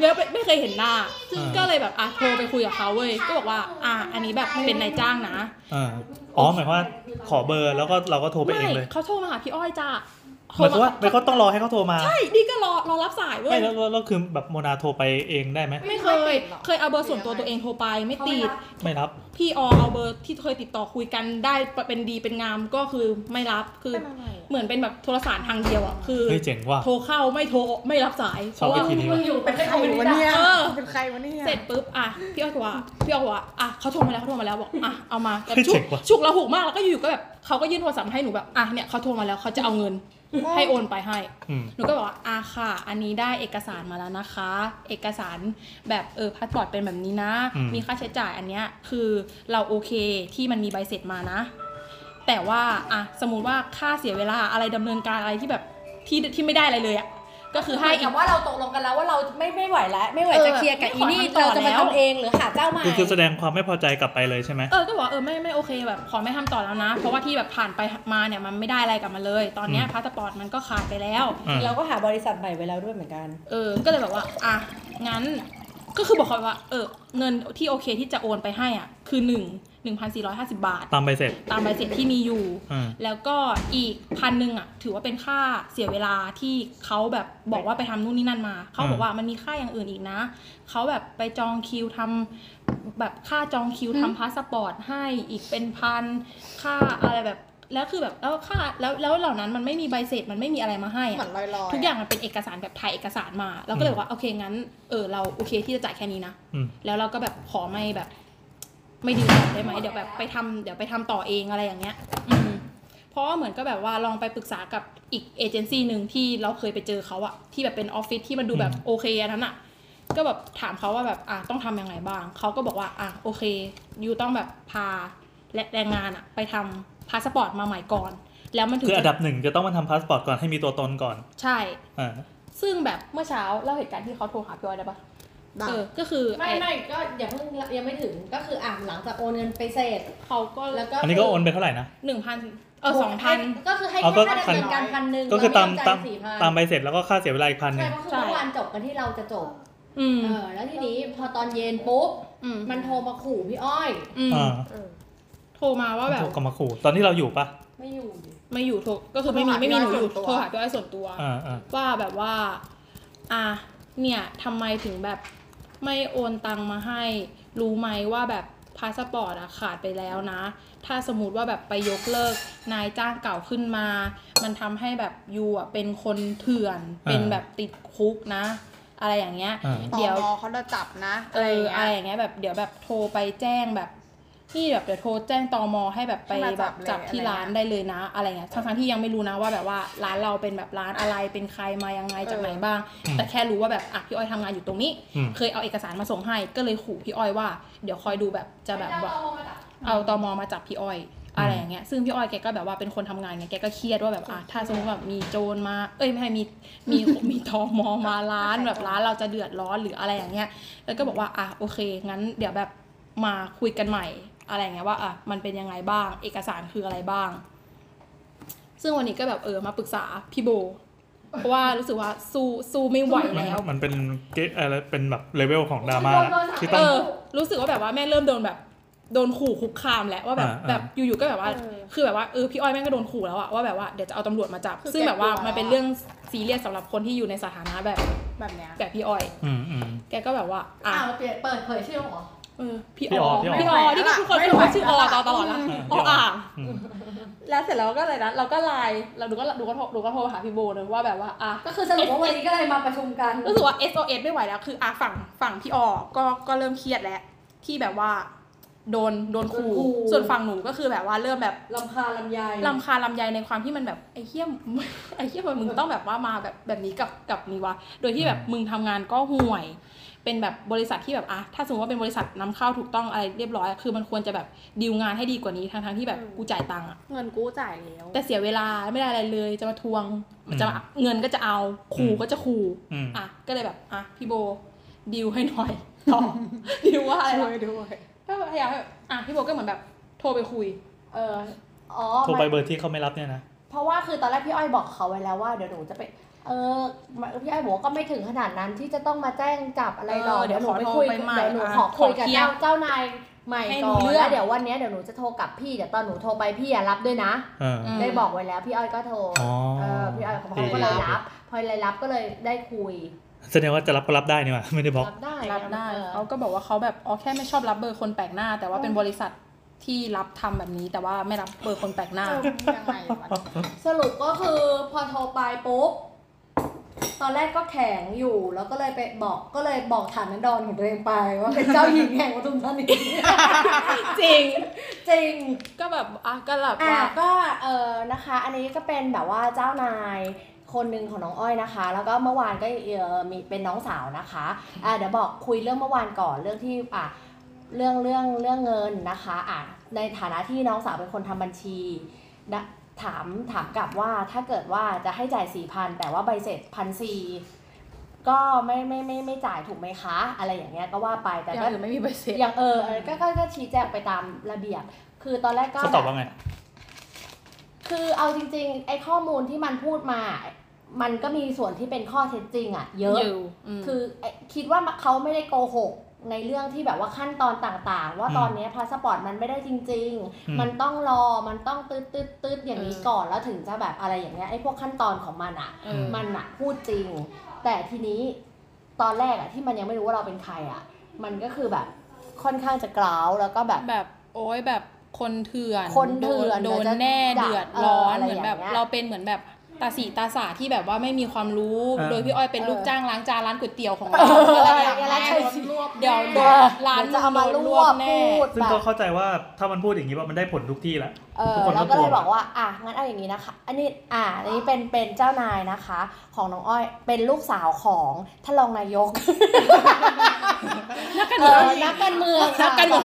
แล้วไม่ไม่เคยเห็นหน้า ซึ่ง
อ่า
ก็เลยแบบอ่ะโทรไปคุยกับเขาเว้ย ก็บอกว่า อ่ะอันนี้แบบเป็นนายจ้างนะ
เอออ๋อหมายความว่าขอเบอร์แล้วก็เราก็โทรไปเองเลย
เขาโทรมาหาพี่อ้อยจ้า
หมายความว่าหมายความว่าต้องรอให้เขาโทรมา
ใช่ดีก็รอรอรับสายเว้
ไม่
ย
แล้วแล้วแล้วคือแบบโมนาโทรไปเองได้ไหม
ไม่เค
ไม่
ย
ติดหรอ
เคยเอาเบอร์ส่วนตัวตัวเองโทรไปไม่ติด
ไม่รับ
พี่อเอาเบอร์ที่เคยติดต่อคุยกันได้เป็นดีเป็นงามก็คือไม่รับ คือ
เป็นอะไรอะ
เหมือนเป็นแบบโทรสารทางเดียวอ่ะ คือ
เฮ้ยเจ๋งว่ะ
โทรเข้าไม่โทรไม่รับสาย
ชอบวิ
เพราะว่า
ธีนี้ว่ะ
เป็นใครวะเนี่ย
เออ
เป็นใครวะเนี่ย
เสร็จปุ๊บอ่ะพี่อ้อยก็ว่าพี่อ้อยก็ว่าอ่ะเขาโทรมาแล้วเขาโทรมาแล้วบอกอ่ะเอามาแต่
เฮ้ย
ฉุ
เจ๋
ก
งว่ะ
ฉุกระหุกมากแล้วก็อยู่ๆก็แบบเขาก็ยื่นโทรศัพท์มาให้หนูแบบอ่ะเนี่ยเขาโทรมาแล้วเขาจะเอาเงินให้โอนไปให้
อืม
หนูก็บอกว่าอาค่ะ อันนี้ได้เอกสารมาแล้วนะคะ เอกสารแบบเออพาสปอร์ตเป็นแบบนี้นะ
อืม
มีค่าใช้จ่ายอันเนี้ยคือเราโอเคที่มันมีใบเสร็จมานะ แต่ว่าอะสมมุติว่าค่าเสียเวลาอะไรดำเนินการอะไรที่แบบที่ที่ไม่ได้อะไรเลยอะก็คือ
คือ
ให้
ให้
อี
กั
ก
บว่าเราตกลงกันแล้วว่าเราไม่ไม่ไหวแล้ว ไม่ไหวจะเคลียร์กับอีนี่
เออ
เรา
ไม่ไหว
จะมา
แล้ว
ทำเองหรือหาเจ้าใหม่
คือคือแสดงความไม่พอใจกลับไปเลยใช่ไหม
เออก็บอกเออไม่ไม่โอเคแบบขอไม่ทำต่อแล้วนะ เพราะว่าที่แบบผ่านไปมาเนี่ยมันไม่ได้อะไรกลับมาเลย ตอนเนี้ย
อืม
พาสปอร์ตมันก็ขาดไปแล้ว
อ่า
เราก็หาบริษัทใหม่ไว้แล้วด้วยเหมือนกัน
เออ ก็เลยแบบว่า อ่ะ งั้น ก็คือบอกเขาว่า เออ เงินที่โอเคที่จะโอนไปให้อ่ะ คือหนึ่งหนึ่งพันสี่ร้อยห้าสิบาท
ตามใบเสร็จ
ตามใบเสร็จที่มีอยู่
อืม
แล้วก็อีกพันหนึ่งอ่ะ ถือว่าเป็นค่าเสียเวลาที่เขาแบบบอกว่าไปทำนู่นนี่นั่นมา เขาบอกว่ามันมีค่าอย่างอื่นอีกนะ เขาแบบไปจองคิวทำแบบค่าจองคิวทำพาสปอร์ตให้อีกเป็นพัน ค่าอะไรแบบ แล้วคือแบบแล้วค่าแล้วแล้วเหล่านั้นมันไม่มีใบเสร็จมันไม่มีอะไรมาให้
เหมือ
อะ
นลอยๆ
ทุกอย่างมันเป็นเอกสารแบบถ่ายเอกสารมาเราก็เลยบอกว่าโอเคงั้นเออเราโอเคที่จะจ่ายแค่นี้นะ
อืม
แล้วเราก็แบบขอไม่แบบ ไม่ดีลต่อได้ไหมเดี๋ยวแบบไปทำเดี๋ยวไปทำต่อเองอะไรอย่างเงี้ย อืมเพราะว่าเหมือนก็แบบว่าลองไปปรึกษากับอีกเอเจนซี่หนึ่งที่เราเคยไปเจอเขาอะที่แบบเป็นออฟฟิศที่มันดูแบบ
อืม
โอเคอันนั้นอะก็แบบถามเขาว่าแบบอ่ะต้องทำยังไงบ้าง เขาก็บอกว่าอ่ะโอเคยูต้องแบบพาและแรงงานอะไปทำพาสปอร์ตมาใหม่ก่อน แล้วมันถึง
คืออันดั
จะ
บหนึ่งจะต้องมาทำพาสปอร์ตก่อนให้มีตัวตนก่อน
ใช่
อ่า
ซึ่งแบบเมื่อเช้าเล่าเหตุการณ์ที่เขาโทรหาพี่ออยได้ปะ
ได้
เออก็คือ
ไม่ไม่ก็อย่าเพิ่งยังไม่ถึงก็คืออ่ะหลังจากโอนเงินไปเสร็จ
เขาก็
แล้วก็
อันนี้ก็โอนไปเท่าไหร่นะ
หนึ่งพันเออสองพัน
ก็คือให้
เอาก็
แค่ค่าดำเนินการพันหนึ่ง
ก็คือตาม
แล้
ตา
ว
ม
เรจ่ยสี่พัน
ตามใบเสร็จแล้วก็ค่าเสียเวลาอีกพันห
ใช่
นึ่ง
ก็คือเมื่อวานจบกันที่เราจะจบ
อืม
เออแล้วทีนี้พอตอนเย็นปุ๊บ
ม
มันโทรมาขู่พี่อ้อย
อืม
อ่า
เออ
โทรมาว่าแบบ
โทรกลับมาขู่ตอนที่เราอยู่ปะ
ไม่อยู่ดิ
ไม่อยู่โทรก็คือไม่มี
โทรหา
ไม่มีหนูอยู่
ส่วนตัว
โทรหาพี่อ้อยส่วนตัว
อ่าอ่า
ว่าแบบว่า อ่ะเนี่ยทำไมถึงแบบไม่โอนตังมาให้ รู้ไหมว่าแบบพาสปอร์ตอะขาดไปแล้วนะ ถ้าสมมติว่าแบบไปยกเลิกนายจ้างเก่าขึ้นมา มันทำให้แบบยูอะเป็นคนเถื่อน เป็นแบบติดคุกนะ อะไรอย่างเงี้ย
อ่า
ต่
เดี๋ยว
อมอเขาจะจับนะ
เอ
อะไร
อ
อย่า
อะไรอย่า
งเงี้ย
งเงี้ยแบบเดี๋ยวแบบโทรไปแจ้งแบบนี่แบบเดี๋ยวโทรแจ้งตอมอให้แบบไป
ให้มาจั
แบบ บ
เลย
จับที่
อะไร
ร้าน
เงี้ย
ได้เลยนะ อะไรเงี้ยทั้งๆที่ยังไม่รู้นะว่าแบบว่าร้านเราเป็นแบบร้านอะไรเป็นใครมายังไง
เออ
จากไหนบ้าง
อืม
แต่แค่รู้ว่าแบบอ่ะพี่อ้อยทำงานอยู่ตรงนี้
อืม
เคยเอาเอกสารมาส่งให้ก็เลยขู่พี่อ้อยว่า เดี๋ยวคอยดูแบบจะแบบว่า เอาตอมอมาจับพี่อ้อย อะไรอย่างเงี้ย ซึ่งพี่อ้อยแกก็แบบว่าเป็นคนทำงานไงแกก็เครียดว่าแบบอ่ะถ้าสมมติแบบมีโจรมา เอ้ยไม่ใช่มีมีมีตอมอมาร้านแบบร้านเราจะเดือดร้อนหรืออะไรอย่างเงี้ย แล้วก็บอกว่าอ่ะโอเค งั้นเดี๋ยวแบบมาคุยกันใหม่ อะไรอย่างเงี้ยว่าอ่ะมันเป็นยังไงบ้าง เอกสารคืออะไรบ้าง ซึ่งวันนี้ก็แบบเออมาปรึกษาพี่โบ เพราะว่ารู้สึกว่าสู้สู้ไม่ไหว
มัน
แล้ว
มันเป็นเกะอะไรเป็นแบบเลเวลของดราม่าที่ต้
เอ
อง
อ รู้สึกว่าแบบว่าแม่เริ่มโดนแบบโดนขู่คุกคามแล้วว่าแบบ
อ่าอ่า
แบบอยู่ๆก็แบบว่า
เออ
คือแบบว่าเออพี่อ้อยแม่งก็โดนขู่แล้วอะว่าแบบว่าเดี๋ยวจะเอาตำรวจมาจับ
คือ
ซึ่งแบบว่า
แกกลัว
มันเป็นเรื่องซีเรียสสำหรับคนที่อยู่ในสถานะแบบ
แบบเนี้ย
แบบพี่อ้อย
อืมอืม
แกก็แบบว่าอ่ะ
อ้าวเปลี่ยนเปิดเผยชื่อเหรอ
เออพี่
พี่
อ
อ
อ
อพี่
พี่
อ
อ
อ
อที่ทุกคน
ไม่
พู
ไห
ด
ว
ว่าชื่อออ
แล้วอะ
ตลอดละอออ่าง แล้วเสร็จแล้วก็เลยนะเราก็ไลน์เราดูก็ดูก็โทรดูก็โทรหาพี่โบเลยว่าแบบว่าอ่ะ
ก็คือสรุปว่าวันนี้ก็เลยมาประชุมกัน
รู้สึกว่า SOS ไม่ไหวแล้วคืออ่ะฝั่งฝั่งพี่ออก็ก็เริ่มเครียดแล้วที่แบบว่า โดนโดนคู
โดนขู่
ส่วนฝั่งหนูก็คือแบบว่าเริ่มแบบ
ลำคาญลำไย
ลำคาญลำไยในความที่มันแบบไอ้เหี้ย ม ไอ้เหี้ยมมึงต้องแบบว่ามาแบบแบบนี้กับกับนี่วะโดยที่แบบมึงทำงานก็ห่วย เป็นแบบบริษัทที่แบบอ่ะถ้าสมมติว่าเป็นบริษัทนำเข้าถูกต้องอะไรเรียบร้อยอะคือมันควรจะแบบดีลงานให้ดีกว่านี้ทั้งทั้งๆที่แบบ
อืม
กูจ่ายตังค์อะ
เงินกู้จ่ายแล้ว
แต่เสียเวลาไม่ได้อะไรเลยจะมาทวง
อืม
จะมาเงินก็จะเอาขู่
อืม
ก็จะขู่
อืม
อ่ะก็เลยแบบอ่ะพี่โบดิวให้หน่อย ต่อ ดิวว่าอะไร
ช่ว
วะ
ยด้วย
ก็พยายามให้แบบอ่ะพี่โบก็เหมือนแบบโทรไปคุย
เอออ๋อ
โทรไปเบอร์ที่เขาไม่รับเนี่ยนะ
เพราะว่าคือตอนแรกพี่อ้อยบอกเขาไว้แล้วว่าเดี๋ยวหนูจะไป เออพี่อ้อยบอกว่าก็ไม่ถึงขนาดนั้นที่จะต้องมาแจ้งจับอะไรหรอก
เออเดี๋ยว
หนู
ขอ
ไป
โทร
คุย
ไปใหม่
เดี๋ยวหนู
อ่ะ
ขอคุยกับ
ขอเคลียร์
เจ้าเจ้านายใหม่
ให้
ก่
รู้
อน
เรื่อง
แล้วเดี๋ยววันเนี้ยเดี๋ยวหนูจะโทรกลับพี่เดี๋ยวตอนหนูโทรไปพี่อะรับด้วยนะ
เออ
ม
ได้บอกไว้แล้วพี่อ้อยก็โทร
อ๋อ
เออพี่อ้อยเขาก็เลยรับ พอเลยรับก็เลยได้คุย
แสดงว่าจะรับก็รับได้นี่หว่า ไม่ได้บล็อก
รับได้
รับได้
เออ
เขาก็บอกว่าเขาแบบอ๋อแค่ไม่ชอบรับเบอร์คนแปลกหน้า แต่ว่าเป็นบริษัทที่รับทำแบบนี้ แต่ว่าไม่รับเบอร์คนแปลกหน้า
ยังไงวะ
สรุปก็คือพอโทรไปปุ๊บ ตอนแรกก็แข็งอยู่แล้วก็เลยไปบอกก็เลยบอกฐานันดรของตัวเองไป ว่าเป็นเจ้าหญิงแห่งปทุมธานี
จริง
จริง
ก็แบบอ่ะก็แบบ
อ่ะ
ว่า
ก็เออนะคะ อันนี้ก็เป็นแบบว่าเจ้านายคนหนึ่งของน้องอ้อยนะคะ แล้วก็เมื่อวานก็เออมีเป็นน้องสาวนะคะอ่ะเดี๋ยวบอกคุยเรื่องเมื่อวานก่อนเรื่องที่อ่ะเรื่องเรื่องเรื่องเงินนะคะอ่ะในฐานะที่น้องสาวเป็นคนทำบัญชีนะถามถามกลับว่าถ้าเกิดว่าจะให้จ่ายสี่พันแต่ว่าใบเสร็จพันสี่ก็ไม่ไม่ไม่ไม่จ่ายถูกไหมคะ อะไรอย่างเงี้ยก็ว่าไปแต่
อย่าง
ก็
อื่นไม่มีใบเสร็จ
อย่างเออเออก็ก็ก็ชี้แจงไปตามระเบียบ คือตอนแรกก็
เขาตอบว่าไง
คือเอาจริงๆ ไอ้ข้อมูลที่มันพูดมา มันก็มีส่วนที่เป็นข้อเท็จจริงอะเยอะ
ยู่ม
คือไอ้คิดว่าเขาไม่ได้โกหกในเรื่องที่แบบว่าขั้นตอนต่างๆ ว่า
อืม
ตอนเนี้ยพาสปอร์ตมันไม่ได้จริง
อืม
ๆ มันต้องรอ มันต้องตืดตืดตืดอย่างนี้
เออ
ก่อนแล้วถึงจะแบบอะไรอย่างเงี้ยไอ้พวกขั้นตอนของมันอะ
เออ
มันอะพูดจริง แต่ทีนี้ตอนแรกอะที่มันยังไม่รู้ว่าเราเป็นใครอะมันก็คือแบบค่อนข้างจะกล่าวแล้วก็แบบ
แบบโอ้ยแบบ คนเถื่อน
คนเถื่อน
โดน
เดี๋ยวจะ
แน่เดือด
เออ
ร้อน
อะไร
เหมือนแบบ
อย่างเงี้ย
เราเป็นเหมือนแบบตาสีตาสาที่แบบว่าไม่มีความรู้
เออ
โดยพี่อ้อยเป็น
เออ
ลูกจ้างล้างจานร้านก๋วยเตี๋ยวของ
เอ
เรา
อ
อะไรอย่
อา
ย่าง ง
เงี้ย
เงี้
แล้วใช่
ย
สิ
รวบ
เดี๋ยว
เดี๋
เดี๋
ย
ยวว
ร้า
ร้าน น
จะเอามาล
โดน
วก
แน่
พูด
ซึ่ง
แบบ
ก็เข้าใจว่าถ้ามันพูดอย่างนี้ว่ามันได้ผลทุกที่แหละ
เออ
ทุกคนก็
เราก็เลย
กลัว
บอกว่าอ่ะงั้นเอาอย่างนี้นะคะ อันนี้อ่ะอันนี้เป็นเป็นเจ้านายนะคะ ของน้องอ้อยเป็นลูกสาวของท่านรองนายกนักการเมืองนัก
นัก
การเมือง
การเมือง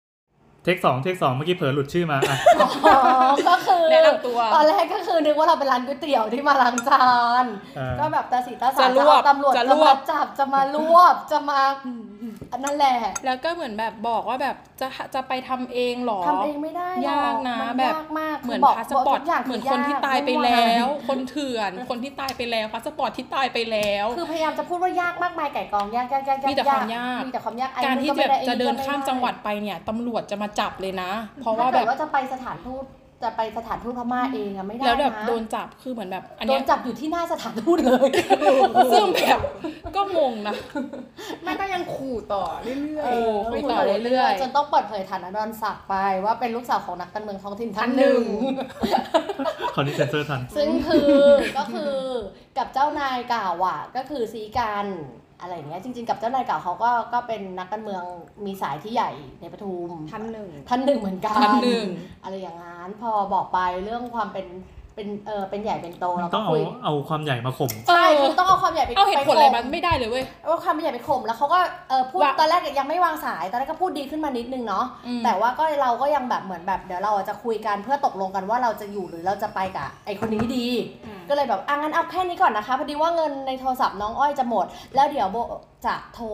เทคสองเทคสองเมื่อกี้เผลอหลุดชื่อมาอ่ะ
อ๋อก็คือ
แนะนำตัว
ตอนแรกก็คือนึกว่าเราเป็นร้านก๋วยเตี๋ยวที่มาล้างจาน
เออ
ก็แบบตาสีตาสา
จะรวบ
เอาตำรวจ
จะ
จะ
รว
มา
บ
จับจะมารวบจะมาอันนั่นแหละ
แล้วก็เหมือนแบบบอกว่าแบบจะจะไปทำเองเหรอ
ทำเองไม่ได้หรอก
ยากนะ
มั
แบบ
ยากมากคื
เหมือน
บก
พาสปอร์ต
ทุกย่าง
เหมือนคนที่
ยก
ตายไป
วุ่นว
แล้ว คนเถื่อน คนที่ตายไปแล้วพาสปอร์ตที่ตายไปแล้ว
คือพยายามจะพูดว่ายากมากมายไก่กองยากยากยาก
มีแต่ความยาก
มีแต่ความยากไอ้
การที่
ก็ไม่
แบบ
ไไอ้
จะเดินข้าม
ก็ไไ
จังหวัดไปเนี่ยตำรวจจะมาจับเลยนะ เพราะ
ถ้า
ว่า
แบ
แบบ บ
ว่าจะไปสถานทูตจะไปสถานทูตพม่าเองอะไม่ได้
แล้วแบบ
นะ
โดนจับคือเหมือนแบบอัน
โด
เนี้
น
ย
จับอยู่ที่หน้าสถานทูตเลย
ซึ่งแบบก็งงนะ
ไม่ก็ยังขู่ต่อเรื่อย
เออ
ๆ
คุยต่อเรื่อยๆ
จนต้องเปิดเผยฐานะดอนศักดิ์ไปว่าเป็นลูกสาวของนักการเมืองท้องถิ่นท่านหนึ่ง
คราวนี้เซนเซอร์ทัน
ซึ่งคือก็คือกับเจ้านายเก่าอ่ะก็คือซีกันอะไรอย่างเงี้ยจริง ๆ กับเจ้านายเก่าเขาก็ก็เป็นนักการเมืองมีสายที่ใหญ่ในปทุม
พันหนึ่ง
ท่านหนึ่งเหมือนกัน
ท่านหนึ่ง
อะไรอย่างนั้นพอบอกไปเรื่องความเป็นเป็นเออเป็นใหญ่เป็นโต
มั
เรา
น
ก็
ต้องเอา
คุย
เอาความใหญ่มาข่ม
ใช่คือต้องเอาความใหญ่ไป
เอาเหตุผลอะไรมัน
ปข่
ไม่ได้เลยเว้ย
เอาความใหญ่ไปข่มแล้วเขาก็เออพูด
ว่า
ตอนแรกยังไม่วางสายตอนแรกก็พูดดีขึ้นมานิดนึงเนาะ
อืม
แต่ว่าก็เราก็ยังแบบเหมือนแบบเดี๋ยวเราอ่ะจะคุยกันเพื่อตกลงกันว่าเราจะอยู่หรือเราจะไปกับไอคนนี้ดี ก็เลยแบบอ่ะงั้นเอาแค่นี้ก่อนนะคะพอดีว่าเงินในโทรศัพท์น้องอ้อยจะหมด แล้วเดี๋ยวโบจะโทร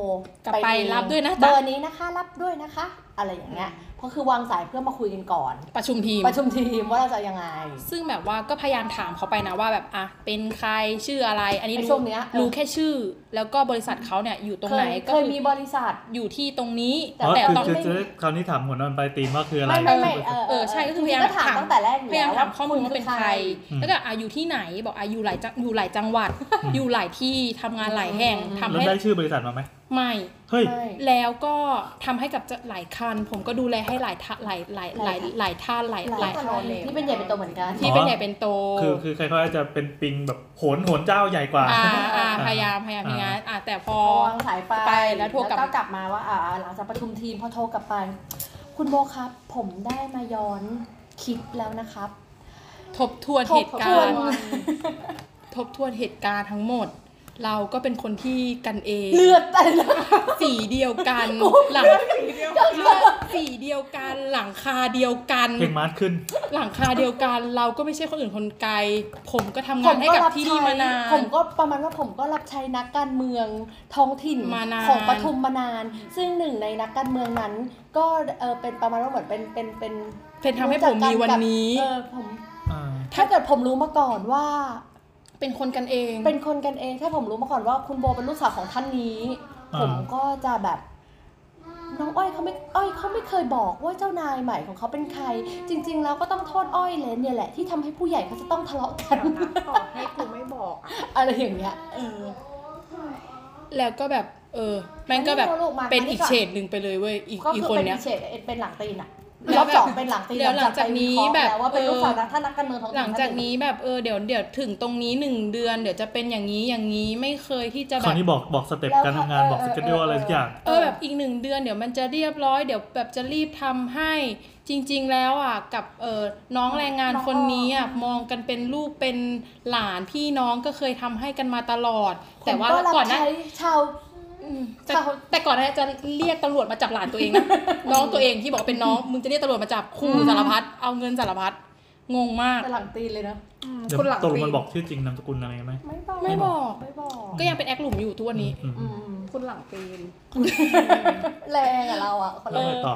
กลับไป
เอง
รับด้วยนะจ๊ะ
เบอร์นี้นะคะ รับด้วยนะคะ อะไรอย่างเงี้ยเพราะคือวางสายเพื่อมาคุยกันก่อน
ประชุมทีม
ประชุมทีมว่าเราจะยังไง
ซึ่งแบบว่าก็พยายามถามเขาไปนะว่าแบบอ่ะเป็นใครชื่ออะไร อันนี้
ไอ้
รู้
ช่วงเนี้ยเออ
รู้แค่ชื่อ แล้วก็บริษัทเขาเนี่ยอยู่ตรง
เค
ไหน
ย
ก็
เคย
คือ
มีบริษัท
อยู่ที่ตรงนี้
แต่
อ๋อ
แต่
คือ
ตอน
คือคือคราวนี้ถามหัวนอนไปตีมว่าคืออะไร
ไม่ไม่ไม่เออ
เออใช่ก็คือพ
จริ
ยาง ยา
ๆ
ม
ก็ถาม
ถาม
ตั้งแต่แรกอยู่
พยายาม
แล้ว
ถามข้อมูลว่าเป็นใคร
อืม
แล้วก็อาอยู่ที่ไหนบอกอาอยู่หลายจังอยู่หลายจังหวัด
อืม
อยู่หลายที่ทำงานหลายแห่งทำ
แล้ว
ให้
ได้ชื่อบริษัทมาไหม
ไม่
เฮ้ย
ใช่
แล้วก็ทำให้กับจะหลายคัน ผมก็ดูแลให้หลายท่าหลายหลายหลายหลายท่านหลาย
ห
ห
ลา
ลาย ย
คนเลยที่เป็นใหญ่เป็นโตเหมือนกัน
ที่เป็นใหญ่เป็นโต
คือคือใครเขาอาจจะเป็นปิงแบบโหนโหนเจ้าใหญ่กว่า
อ่าอ่าพยายามพยายามพยายามอ่าแต่พอ
พอวางสายไป
ไปแล้วโทรกลับ
ก็กลับมาว่าอ่าหลังจากประชุมทีมพอโทรกลับไป คุณโบครับ ผมได้มาย้อนคลิปแล้วนะครับ
ทบทวนเหตุกา
ทบทว
ร
น
ณ์ ทบทวนเหตุการณ์ทั้งหมด เราก็เป็นคนที่กันเอง
เลือดไปแล้ว
สีเดียวกัน หลังสีเดียวกัน หลังคาเดียวกัน
เพลงมาร์ทขึ้น
หลังคาเดียวกัน เราก็ไม่ใช่คนอื่นคนไกล ผมก็ทำ
ผ
งาน
ม
ให้
ก็
กับ
รับ
ที่
ใช้
นี่มานาน
ผมก็ประมาณว่าผมก็รับใช้นักการเมืองท้องถิ่น
มานาน
ของปทุมมานาน ซึ่งหนึ่งในนักการเมืองนั้น ก็เออเป็นประมาณว่าเหมือนเป็นเป็นเป็น
เป็นทำให้ผมมีวันนี้
เออผม
อ่า
ถ้าเกิดผมรู้มาก่อนว่า
เป็นคนกันเอง
เป็นคนกันเองถ้าผมรู้มาก่อนว่าคุณโบเป็นลูกสาวของท่านนี้
อ่า
ผมก็จะแบบ น้องอ้อยเขาไม่อ้อยเขาไม่เคยบอกว่าเจ้านายใหม่ของเขาเป็นใคร จริง ๆ แล้วก็ต้องโทษอ้อยเลนเนี่ยแหละที่ทำให้ผู้ใหญ่เขาจะต้องทะเลาะกัน
ต่อให้กูไม่บอกอะ
อะไรอย่างเงี้ยเออ
แล้วก็แบบ เออแม่งก็แบบ
อันนี้เราลูกมา
เป็น
อันนี้
อีก
ก่อน
เฉดหนึ่งไปเลยเว้ย อีก
ก็
อีก
คือ
คน
เป็น
เนี้ย
เฉดเป็นหลังตีนอะ
แล้
รอ
ว
บ
แบบ
สองเป็นหลังตีน
แล้วหลังจากนี้แบบ
หลังจากไปวิเคราะห์แล้วว่าเป็นลูกสาวนักท่านนักการเมืองท้องถิ่น
หลังจาก
ท่
นี้แบบ เออ เดี๋ยว เดี๋ยวถึงตรงนี้หนึ่งเดือน เดี๋ยวจะเป็นอย่างนี้ อย่างนี้ ไม่เคยที่จะ
ค
แบ
ราว
บ
นี้บอกบอกสเต็ป
แล้ว
การทำงานบอกสเกจเดลอะไรทุกอย่าง
เออแบบอีกหนึ่งเดือนเดี๋ยวมันจะเรียบร้อยเดี๋ยวแบบจะรีบทำให้จริง ๆ แล้วอ่ะกับเออน้องแรงงานคนนี้อ่ะมองกันเป็นลูกเป็นหลานพี่น้องก็เคยทำให้กันมาตลอด แต่ว่า
ผมรับ
ก่อนหนะ
ใช้ชาว
แต่
เขา
แต่ก่อนหนะจะเรียกตำรวจมาจับหลานตัวเองนะ น้องตัวเองที่บอกว่าเป็นน้องมึงจะเรียกตำรวจมาจับขู่สารพัดเอาเงินสารพัดงงมาก
เป็นหลังตีนเลยนะ
เดี๋ยว
คนหลัง
ตกลง
ตี
มัน
น
บอกชื่อจริงนามสกุลอะไรไหม
ไม่บอก
ไม่บอก
ไม่บอก
ก็ยังเป็นแอคหลุมอยู่ทุกวันนี้
อืม
อื
อืม
ม
คนหลังตีน
แรงอะเราอะคน
แล้ว
เรา
ไงต่อ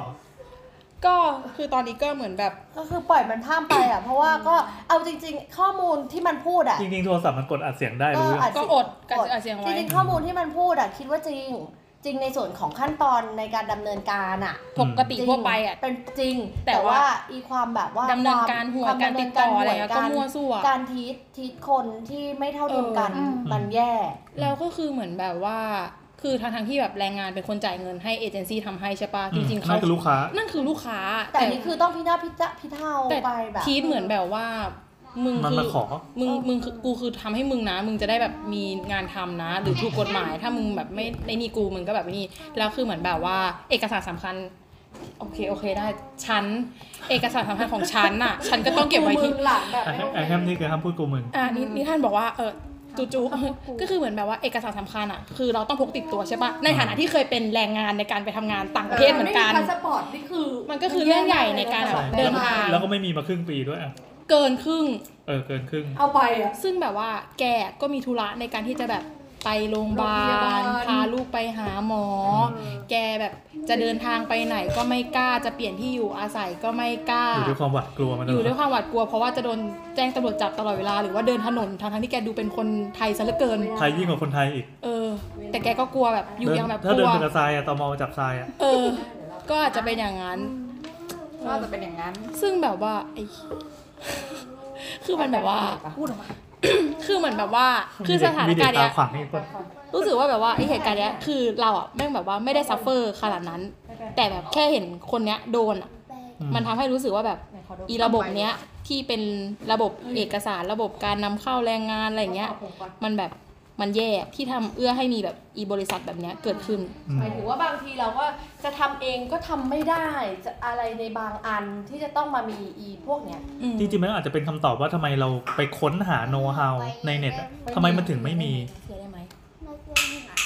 ก็คือตอนนี้ก็เหมือนแบบ
ก็คือปล่อยมันข้ามไปอะเพราะว่าก็เอาจริง ๆ ข้อมูลที่มันพูดอะ
จริงๆ โทรศัพท์มันกดอัดเสียงได้
ก็
รู้เรื่อง
อาจ
ก็
จะ
อดก็อาจจะเสียงไว้
จริงๆข้อมูลที่มันพูดอะคิดว่าจริง จริงในส่วนของขั้นตอนในการดำเนินการอะ
ปกติทั่วไปอ่ะ
เป็นจริง
แต่
แต่ว่า
ว่า
อีความแบบว่า
ดำเนินการหัว
ควม
การ
ดำเนิ
ติดต่อ
ห
อะไร
วย
อะก็มั่วซั่ว
การทีททีทคนที่ไม่เท่าเทียมกัน
เออ
มันแย่
แล้วก็คือเหมือนแบบว่า คือทางทางๆที่แบบแรงงานเป็นคนจ่ายเงินให้เอเจนซี่ทำให้ใช่ปะจริงๆ
นั่
เขา
นคือลูกค้า
นั่นคือลูกค้า
แต่อันนี้คือต้องพิจารณาพิจารณาพิเท่า
แต่
ไปแบบ
ทีทเหมือนแบบว่า มึง
มัน
คื
มา
อ
ขอ
มึงมึงคือกูคือทำให้มึงนะ มึงจะได้แบบมีงานทำนะ หรือถูกกฎหมาย ถ้ามึงแบบไม่ในนี่กูมึงก็แบบนี่แล้วคือเหมือนแบบว่า เอกสารสำคัญ โอเคโอเคได้ฉันเอกสารสำคัญของฉันน่ะ ฉันก็ต้องเก็บไว้ที่
มือหลังแบบ
ไอแฮม
ไม่
ไอแฮมนี่คือคำพูดกูมึง
อ่านี่นี่ท่านบอกว่าเออจูจู
คำพูด
ก็คือเหมือนแบบว่าเอกสารสำคัญอ่ะคือเราต้องพกติดตัวใช่ปะในฐานะที่เคยเป็นแรงงานในการไปทำงานต่างประเทศเหมือนกัน
ไพาสปอร์ตนี่คือ
มันก็คือเรื่องใหญ่ในการแบบ
ใช่
เดินทาง
แล้วก็ไม่มีมาครึ่งปีด้วยอ่ะ
เกินครึ่ง
เออเกินครึ่ง
เอาไปอ่ะ
ซึ่งแบบว่าแกก็มีธุระในการที่จะแบบไปโรงพยาบา
โรงพยาบา
ล
ล
พาลูกไปหาหมอ
อืม
แกแบบจะเดินทางไปไหนก็ไม่กล้าจะเปลี่ยนที่อยู่อาศัยก็ไม่กล้า
อยู่ด้วยความหวาดกลัวมัน
อยู่ด้วยความหวาดกลัวเพราะว่าจะโดนแจ้งตำรวจจับตลอดเวลาหรือว่าเดินถนนทางๆที่แกดูเป็นคนไทยซะเหลือเกิน
ไทยยิ่งกว่าคนไทยอีก
เออ แต่แกก็กลัวแบบอยู่
เดิน
อย่างแบบ
ถ้าก เดิ
ลั
น
ว
ไปกับทรายอะตอมอจับทรายอะ
เออ ก็อาจจะเป็นอย่างนั้น
ก็จะเป็นอย่างนั้น
ซึ่งแบบว่าไอ้ คือมันแบบว่า
พูดออกมา
คือเหมือนแบบว่า คือสถาน
มี
กา
เด็
รณ์เนี้
ตาย ขวางนี่ปะ
รู้สึกว่าแบบว่าไอเหตุการณ์เนี้ยคือเราอ่ะแม่งแบบว่าไม่ได้ซัฟเฟอร์ขนาดนั้น แต่แบบแค่เห็นคนเนี้ยโดนอ่ะ
อืม
มันทำให้รู้สึกว่าแบบอีระบบเนี้ยที่เป็นระบบเอกสารระบบการนำเข้าแรงงานอะไรอย่างเงี้ย มันแบบมันแย่ที่ทำเอื้อให้มีแบบอีบริษัทแบบเนี้ยเกิดขึ้น
อืม
หมายถึงว่าบางทีเราก็จะทำเองก็ทำไม่ได้จะอะไรในบางอันที่จะต้องมามีอีพวกเนี้ย
อืม
จริงๆมันอาจจะเป็นคำตอบว่าทำไมเราไปค้นหาโน้ต o w ในเน็ตอะทำไมมันถึงไม่มี
เชื่อได้ไหม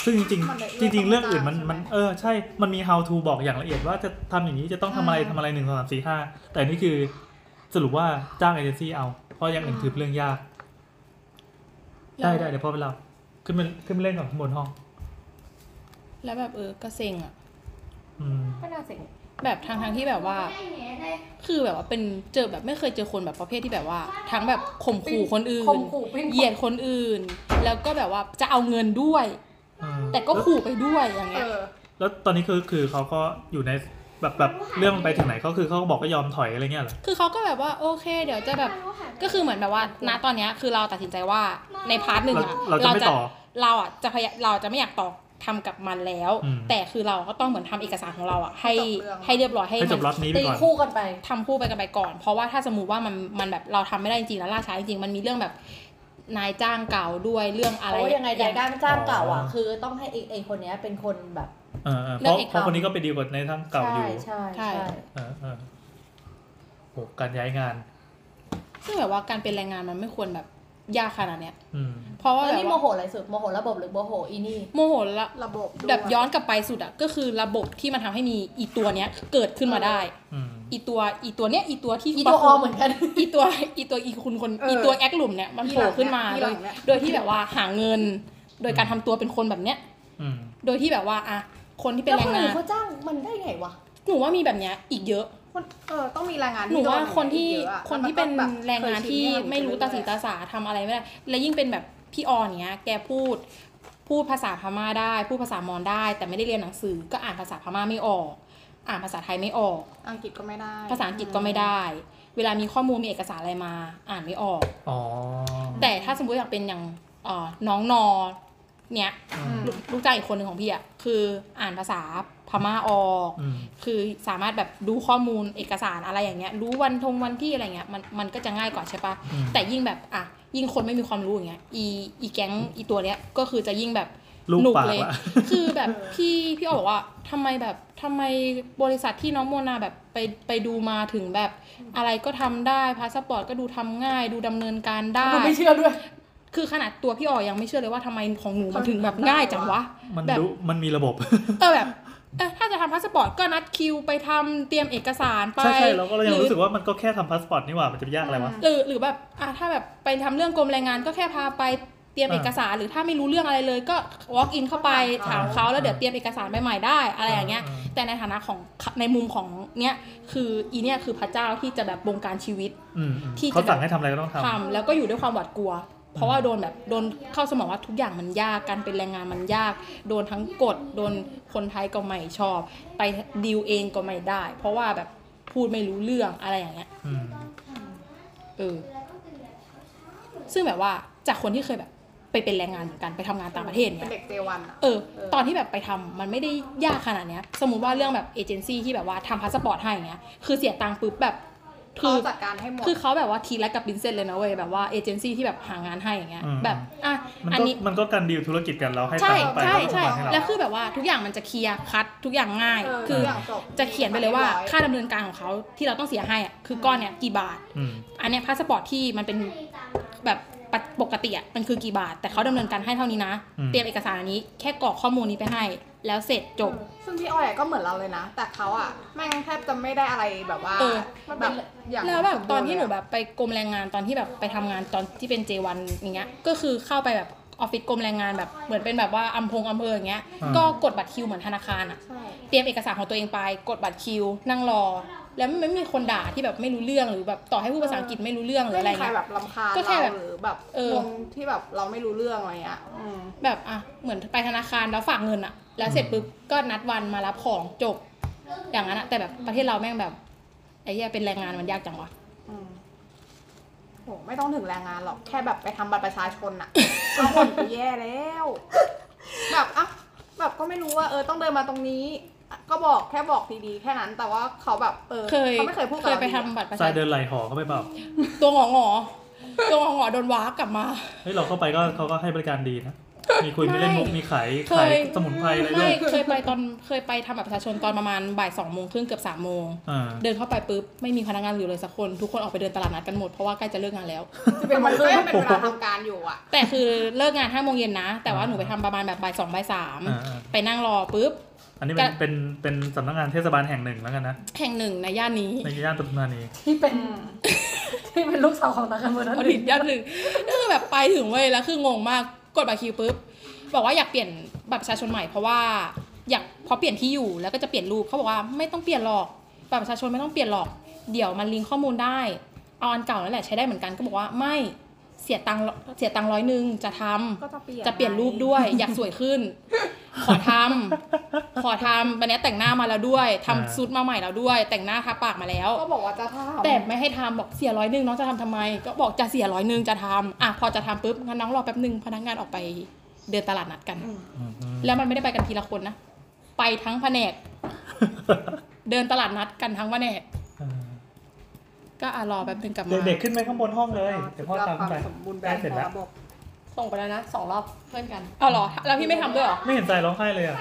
ซึ่งจริง
มันเลย
ๆจริง ๆ
เรื่
เรื่อ
อง ง
อื่นมัน
ต่างๆ
มัน
ใช่ไหม
เออใช่ มันมี how to บอกอย่างละเอียดว่าจะทำอย่างนี้จะต้องทำอะไร
อ่า
ทำอะไรหนึ่งสองสามสี่ห้าแต่นี่คือสรุปว่าจ้างเอเจนซี่เอา เพราะอย่างอื่นถือเป็นเรื่องยาก ได้ได้เดี๋ยวพ่อไปเราขึ้นไปขึ้นไปเล่นก่อนข้างบนห้อง
แล้วแบบเออก็เซ็งอ่ะ
อืม
ก็น่าเสียง
แบบทางทางๆที่แบบว่า คือแบบว่าเป็นเจอแบบไม่เคยเจอคนแบบประเภทที่แบบว่า ทั้งแบบข่มขู่คนอื่น
ข่มขู่ปิ้น
เหยียดคนอื่น แล้วก็แบบว่าจะเอาเงินด้วย
อืม
แต่ก็ขู่ไปด้วยอย่างเงี้ย
แล้วตอนนี้คือคือเขาก็อยู่ในแบบแบบเรื่องมันไปถึงไหนก็คือเขาก็บอกก็ยอมถอยอะไรเงี้ยเหรอ
คือเขาก็แบบว่าโอเค เดี๋ยวจะแบบก็คือเหมือนแบบว่าณตอนเนี้ยคือเราตัดสินใจว่าในพาร์ทหนึ่งอะ
เราเราจะไม่ต่อ
เราอะจะพยายเราจะไม่อยากต่อทำกับมันแล้ว
อืม
แต่คือเราก็ต้องเหมือนทำเอกสารของเราอะให้
จบเรื่อง
ให้เรียบร้อยให้
ให้จ
มั
บ
น
ล็อตนี้ไป
ตี
ก่อน
คู่กันไป
ทำคู่ไปกันไปก่อน เพราะว่าถ้าสมมติว่ามันมันแบบเราทำไม่ได้จริงๆแล้วล่าช้าจริงๆมันมีเรื่องแบบนายจ้างเก่าด้วยเรื่องอะไร
เพราะว่ายังไง
อ
ราย
ง
ได้มันจ้างเก่าอ่ะ
อ๋อ
คือต้องให้ไอ้ไอ้คนเนี้ยเป็นคนแบบ
เออเออเพ
เลือก
ราะ
อีก
เพราะ
คำ
คนนี้ก็ไปดีลกับในทั้งเก่าอยู่
ใช่
ใช่
ใช่ใช่
เออเออโหการย้ายงาน
ซึ่งแบบว่าการเป็นแรงงานมันไม่ควรแบบยากขนาดเนี้ย
อืม
เพราะว่า
แล้ว
แบบ
นี่โม
ว่า
โหอะไรสุดโมโหระบบหรือโมโหอีนี่
โมโหละ
ระบบด้ว
แบบย้อนกลับไปสุดอะก็คือระบบที่มันทำให้มีอีตัวเนี้ยเกิดขึ้นมาได้
อืม
อีตัวอีตัวเนี้ยอีตัวที่
อีตัวออเหมือนกัน
อีตัวอีตัวอีคุณคน
เออ
อีตัวแอคหลุมเนี่ยมันโผล่ขึ้นมา
อี
โด
หลั
ย
งเนี่ย
โดยที่แบบว่าหาเงิน โดยการทำตัวเป็นคนแบบเนี้ย
อืม
โดยที่แบบว่าอะคนที่เป็น
แล้ว
แร
ค
ง
น
งา
อื่น
น
เขาจ้างมันได้ไงวะ
หนูว่ามีแบบเนี้ยอีกเยอะ
คนเออต้องมีแรงงาน
หนูว่า
โด
คนที่
เยอะอะ
คนที่
ล้วมั
เป็น
แบบ
แรงงานที่ไม่รู้ตาสีตาสาทำอะไรไม่ได้ และยิ่งเป็นแบบพี่ออนเนี้ย แกพูด พูดภาษาพม่าได้ พูดภาษามอญได้ แต่ไม่ได้เรียนหนังสือ ก็อ่านภาษาพม่าไม่ออก อ่านภาษาไทยไม่ออก
อังกฤษก็ไม่ได้
ภาษาอังกฤษก็ไม่ได้ เวลามีข้อมูลมีเอกสารอะไรมา อ่านไม่ออก
อ๋อ
แต่ถ้าสมมติอยากเป็นอย่างเอ่อน้องนอเนี้ย
อืม
ลูกลูกจ้างอีกคนหนึ่งของพี่อ่ะคืออ่านภาษาพม่าออก
อืม
คือสามารถแบบดูข้อมูลเอกสารอะไรอย่างเงี้ย รู้วันทงวันที่อะไรเงี้ยมันมันก็จะง่ายกว่าใช่ปะ
อืม
แต่ยิ่งแบบอ่ะยิ่งคนไม่มีความรู้อย่างเงี้ยอีอีแก๊งอีตัวเนี้ยก็คือจะยิ่งแบบ
ลูก
หนุก
ปาก
เลย
อะ
คือแบบพี่พี่อ๋อบอกว่าทำไมแบบทำไมบริษัทที่น้องโมนาแบบไปไปดูมาถึงแบบอะไรก็ทำได้พาสปอร์ตก็ดูทำง่ายดูดำเนินการได้
ไม่เชื่อด้วย
คือขนาดตัวพี่อ๋อยังไม่เชื่อเลยว่าทำไมของหนูมันถึงแบบง่ายจังวะ
มัน
แบบ
ดูมันมีระบบ
เออแบบเออถ้าจะทำพาสปอร์ตก็นัดคิวไปทำเตรียมเอกสารไป
ใช่ใช่เราก็เลย
ห
ยัง
อ
รู้สึกว่ามันก็แค่ทำพาสปอร์ตนี่หว่า มันจะไปยากอะไรวะ
หรือหรือแบบอ่ะถ้าแบบไปทำเรื่องกรมแรงงานก็แค่พาไปเตรียม
อ่า
เอกสาร หรือถ้าไม่รู้เรื่องอะไรเลยก็ walk in เข้าไปถามเขาแล้วเดี๋ยวเตรียมเอกสารใหม่ๆได้ อะไรอย่างเงี้ย
อ่า
แต่ในฐานะของในมุมของเนี้ยคืออีเนี่ยคือพระเจ้าที่จะแบบบงการชีวิต
อืมอืม
ที่จะ
เขาสั่งให้ทำอะไรก็ต้องทำ
ทำแล้วก็อยู่ด้วยความหวาดกลัว เพราะว่าโดนแบบโดนเข้าสมองว่าทุกอย่างมันยากการเป็นแรงงานมันยาก โดนทั้งกฎโดนคนไทยก็ไม่ชอบ ไปดีลเองก็ไม่ได้ เพราะว่าแบบพูดไม่รู้เรื่องอะไรอย่างเงี้ย
อืม
เออซึ่งแบบว่าจากคนที่เคยแบบไป ไปเป็นแรงงานเหมือนกันไปทำงานต่างประเทศ
เป็
เนี่
น
ย
เด็กเจวันอะ
เออ
เออ
ตอนที่แบบไปทำมันไม่ได้ยากขนาดเนี้ย สมมติว่าเรื่องแบบเอเจนซี่ที่แบบว่าทำพาสปอร์ตให้อย่างเงี้ย คือเสียตังค์ปุ๊บแบบ คื
เขา
อ
จัดการให้หมด
คือเขาแบบว่าทีแรกกับบินเซนเลยนะเว้ย แบบว่าเอเจนซี่ที่แบบหางานให้อย่างเงี้ย
อืม
แบบ อ่ะ
มัน
อัน
ก็
นี้
มันก็การดีลธุรกิจกันเราให้
ใช่
ตังค์ไปแล้วก็ส่
ใช่
ง
ใช่
มาให้เรา
แล้วคือแบบว่าทุกอย่างมันจะเคลียร์คัดทุกอย่างง่าย
เออ
คือ
ทุกอย่างจบ
จะเขียนไปเลยว่า
เรียบร้อย
ค่าดำเนินการของเขาที่เราต้องเสียให้อ่ะคือก้อนเนี้ยกี่บาท
อืม
อันเนี้ยพาสปอร์ตที่มันเป็นแบบปกติอ่ะมันคือกี่บาท แต่เขาดำเนินการให้เท่านี้นะ
อืม
เตรียมเอกสารอันนี้แค่กรอกข้อมูลนี้ไปให้ แล้วเสร็จจบ
ซึ่งพี่อ้อยก็เหมือนเราเลยนะ แต่เขาอะแม่งแทบจะไม่ได้อะไรแบบว่า
เออ
แบบอย่าง
แล้วแบบตอนที่หนู
แบบ
แบบไปกรมแรงงานตอนที่แบบไปทำงานตอนที่เป็น J1 อย่างเงี้ยก็คือเข้าไปแบบออฟฟิศกรมแรงงานแบบเหมือนเป็นแบบว่าอำพงอำเภออย่างเงี้ย
อืม
ก็กดบัตรคิวเหมือนธนาคารอ่ะ เตรียมเอกสารของตัวเองไปกดบัตรคิว นั่งรอ แล้วไม่มีคนด่าที่แบบไม่รู้เรื่องหรือแบบต่อให้พูดภาษาอังกฤษไม่รู้เรื่องหรือ
ไม่
อะไร
มีใคร
เงี้ย
แบบลำคาญ
ก็แค่
เรา
แบบ
หรือแบบ
เออ
วงที่แบบเราไม่รู้เรื่องอะไรเงี้ยอืม
แบบอ่ะเหมือนไปธนาคารแล้วฝากเงินอ่ะ แล้วเสร็จปุ๊บก็นัดวันมารับของจบ อย่างนั้นอะแต่แบบประเทศเราแม่งแบบไอ้เหี้ยเป็นแรงงานมันยากจังวะ
อืมโหไม่ต้องถึงแรงงานหรอกแค่แบบไปทำบัตรประชาชน อะ ก็คนกูแย่แล้ว แบบอ่ะแบบก็ไม่รู้ว่าเออต้องเดินมาตรงนี้อ่ะก็บอกแค่บอกดีๆแค่นั้น แต่ว่าเขาแบบเออ
เคย
เขาไม่เคยพูดกับ
เคย
เรา
ไปทำ
ดี
บัตรประ
ทรา
ชาย ช
เดิ
น
นไหลหอเข้าไปเปล่า
ตัวงอหงอตัวงอหงอโดนว้ากลับมา
เฮ้ยเราเข้าไปก็เขาก็ให้บริการดี นะ มีคุย
ไม่
มีเล่นมุกมีขาย
เค
ขาย
ย
สมุนไพรอะไรด้ว
ไม่
ย
เคยไปตอนเคยไปทำบัตรประชาชนตอนประมาณบ่ายสองโมงครึ่งเกือบสามโมง
อ่า
เดินเข้าไปปุ๊บไม่มีพนักงานอยู่เลยสักคนทุกคนออกไปเดินตลาดนัดกันหมดเพราะว่าใกล้จะเลิกงานแล้ว
จะเป็นมันก็ยังเป็นเวลาทำการอยู่อะ
แต่คือเลิกงานห้าโมงเย็นนะ แต่ว่า
อ่า
หนูไปทำประมาณแบบบ่ายสองบ่ายสาม
อ่า
ไปนั่งรอปุ๊บ
อันนี้เป็น
กะ
เป็นเป็นสำนักงานเทศบาลแห่งหนึ่งแล้วกันนะ
แห่งหนึ่งในย่านนี้
ในย่านปทุมธานี
ที่เป็น
อืม
ที่เป็นลูกสาวของนักการเมืองนั้น
เอา
เอ
ดิ
ง
ย่านหนึ่งก็คือแบบไปถึงเว้ยแล้วคืองงมากกดบัตรคิวปุ๊บบอกว่าอยากเปลี่ยนบัตรประชาชนใหม่เพราะว่าอยากพอเปลี่ยนที่อยู่แล้วก็จะเปลี่ยนรูปเขาบอกว่าไม่ต้องเปลี่ยนหรอกบัตรประชาชนไม่ต้องเปลี่ยนหรอกเดี๋ยวมันลิงก์ข้อมูลได้เอาอันเก่านั่นแหละใช้ได้เหมือนกันก็บอกว่าไม่เสียตังค์เสียตังค์ร้อยหนึ่งจะทำ
ก็จะเปลี่ยน
จะเปลี่ยนรูปด้วย อยากสวยขึ้น ขอทำขอทำวันนี้แต่งหน้ามาแล้วด้วยทำ
อ่า
ซูทมาใหม่แล้วด้วย แต่งหน้าทาปากมาแล้ว
ก็บอกว่าจะทำ
แต่ไม่ให้ทำบอกเสียร้อยหนึ่งน้องจะทำทำไม ก็บอกจะเสียร้อยหนึ่งจะทำอ่ะพอจะทำปุ๊บงั้นน้องรอแป๊บหนึ่งพนักงานออกไปเดินตลาดนัดกัน
อืม
อืม
แล้วมันไม่ได้ไปกันทีละคนนะ ไปทั้งแผนก เดินตลาดนัดกันทั้งแผนก ก็อ่ะรอแป๊บหนึ่งกลับมา
เด็กๆขึ้นไปข้างบนห้องเลย เดี๋ยวพ่อตามขึ้นไป
สมบูรณ์แบ
ใกล้
บ
เสร็จ
ของ
แล้ว
ระบบ
ส่งไปแล้วนะสองรอบเพื่อนกัน
เอาเหรอแล้วพี่ไม่ทำด้วยเหรอ
ไม่เห็นใจร้องไห้เลยอ่ะ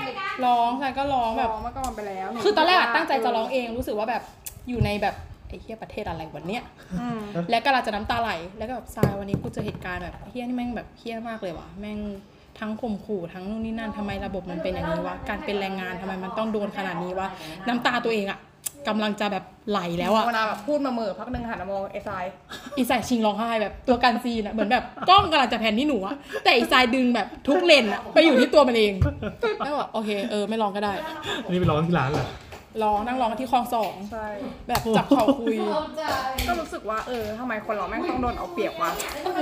ร้องค่ะก็ร้อง
ร้อง
แบ
แบบ บเมื่อก่อนไปแล้ว
คือตอนแรกอะตั้งใจจะร้องเองรู้สึกว่าแบบอยู่ในแบบไอ้เฮียประเทศอะไรวันเนี้ย
อืม
แล้วก็เราจะน้ำตาไหลแล้วก็แบบทรายวันนี้กูเจอเหตุการณ์แบบเฮียนี่แม่งแบบเฮียมากเลยว่ะแม่งทั้งข่มขู่ทั้งนู่นนี่นั่นทำไมระบบมันเป็นอย่างนี้วะการเป็นแรงงานทำไมมันต้องโดนขนาดนี้วะน้ำตาตัวเองอะกำลังจะแบบไหลแล้วอะ
วนาแบบพูดมาเหม่อพักหนึ่งหันมามองไอ้ทราย
อีสายชิงร้องไห้แบบตัวการซีนอะเหมือนแบบกล้องกำลังจะแพนที่หนูอะแต่อีสายดึงแบบทุกเลนอะไปอยู่ที่ตัวมันเองแล้วแบบโอเคเออไม่ร้องก็ได้
อันนี้ไปร้องที่ร้านเหรอ
ร้องนั่งร้องที่คลองสอง
ใช่
แบบจับเข่าคุย
ก็รู้สึกว่าเออทำไมคนเราแม่งต้องโดนเอาเปรียบวะ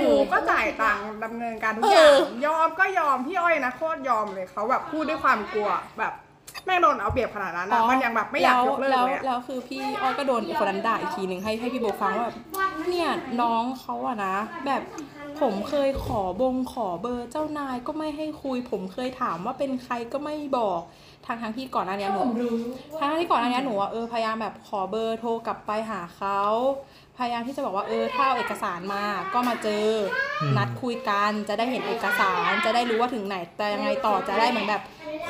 หนูก็จ่ายตังค์ดำเนินการทุกอย่าง
เออ
ยอมก็ยอม พี่อ้อยนะโคตรยอมเลยเขาแบบพูดด้วยความกลัวแบบแม่งโดนเอาเปรียบขนาดนั้นอะมันยังแบบไม่อยากยกเลิก
แว
เลย
แว
อะ
แล้วคือพี่อ้อยก็โดนไอ้คนนั้นด่าอีกทีหนึ่งให้ให้พี่โบฟังว่าแบบเนี่ยน้องเขาอะนะ แบบผมเคยขอบงขอเบอร์เจ้านายก็ไม่ให้คุย ผมเคยถามว่าเป็นใครก็ไม่บอกทางทางๆที่ก่อนหน้านี้หนูทางๆที่ก่อนหน้านี้หนูอะเออพยายามแบบขอเบอร์โทรกลับไปหาเขาพยายามที่จะบอกว่าเออถ้าเอาเอกสารมาก็มาเจออ
ม
นัดคุยกันจะได้เห็นเอกสารจะได้รู้ว่าถึงไหนแต่ยังไงต่อจะได้เหมือนแบบ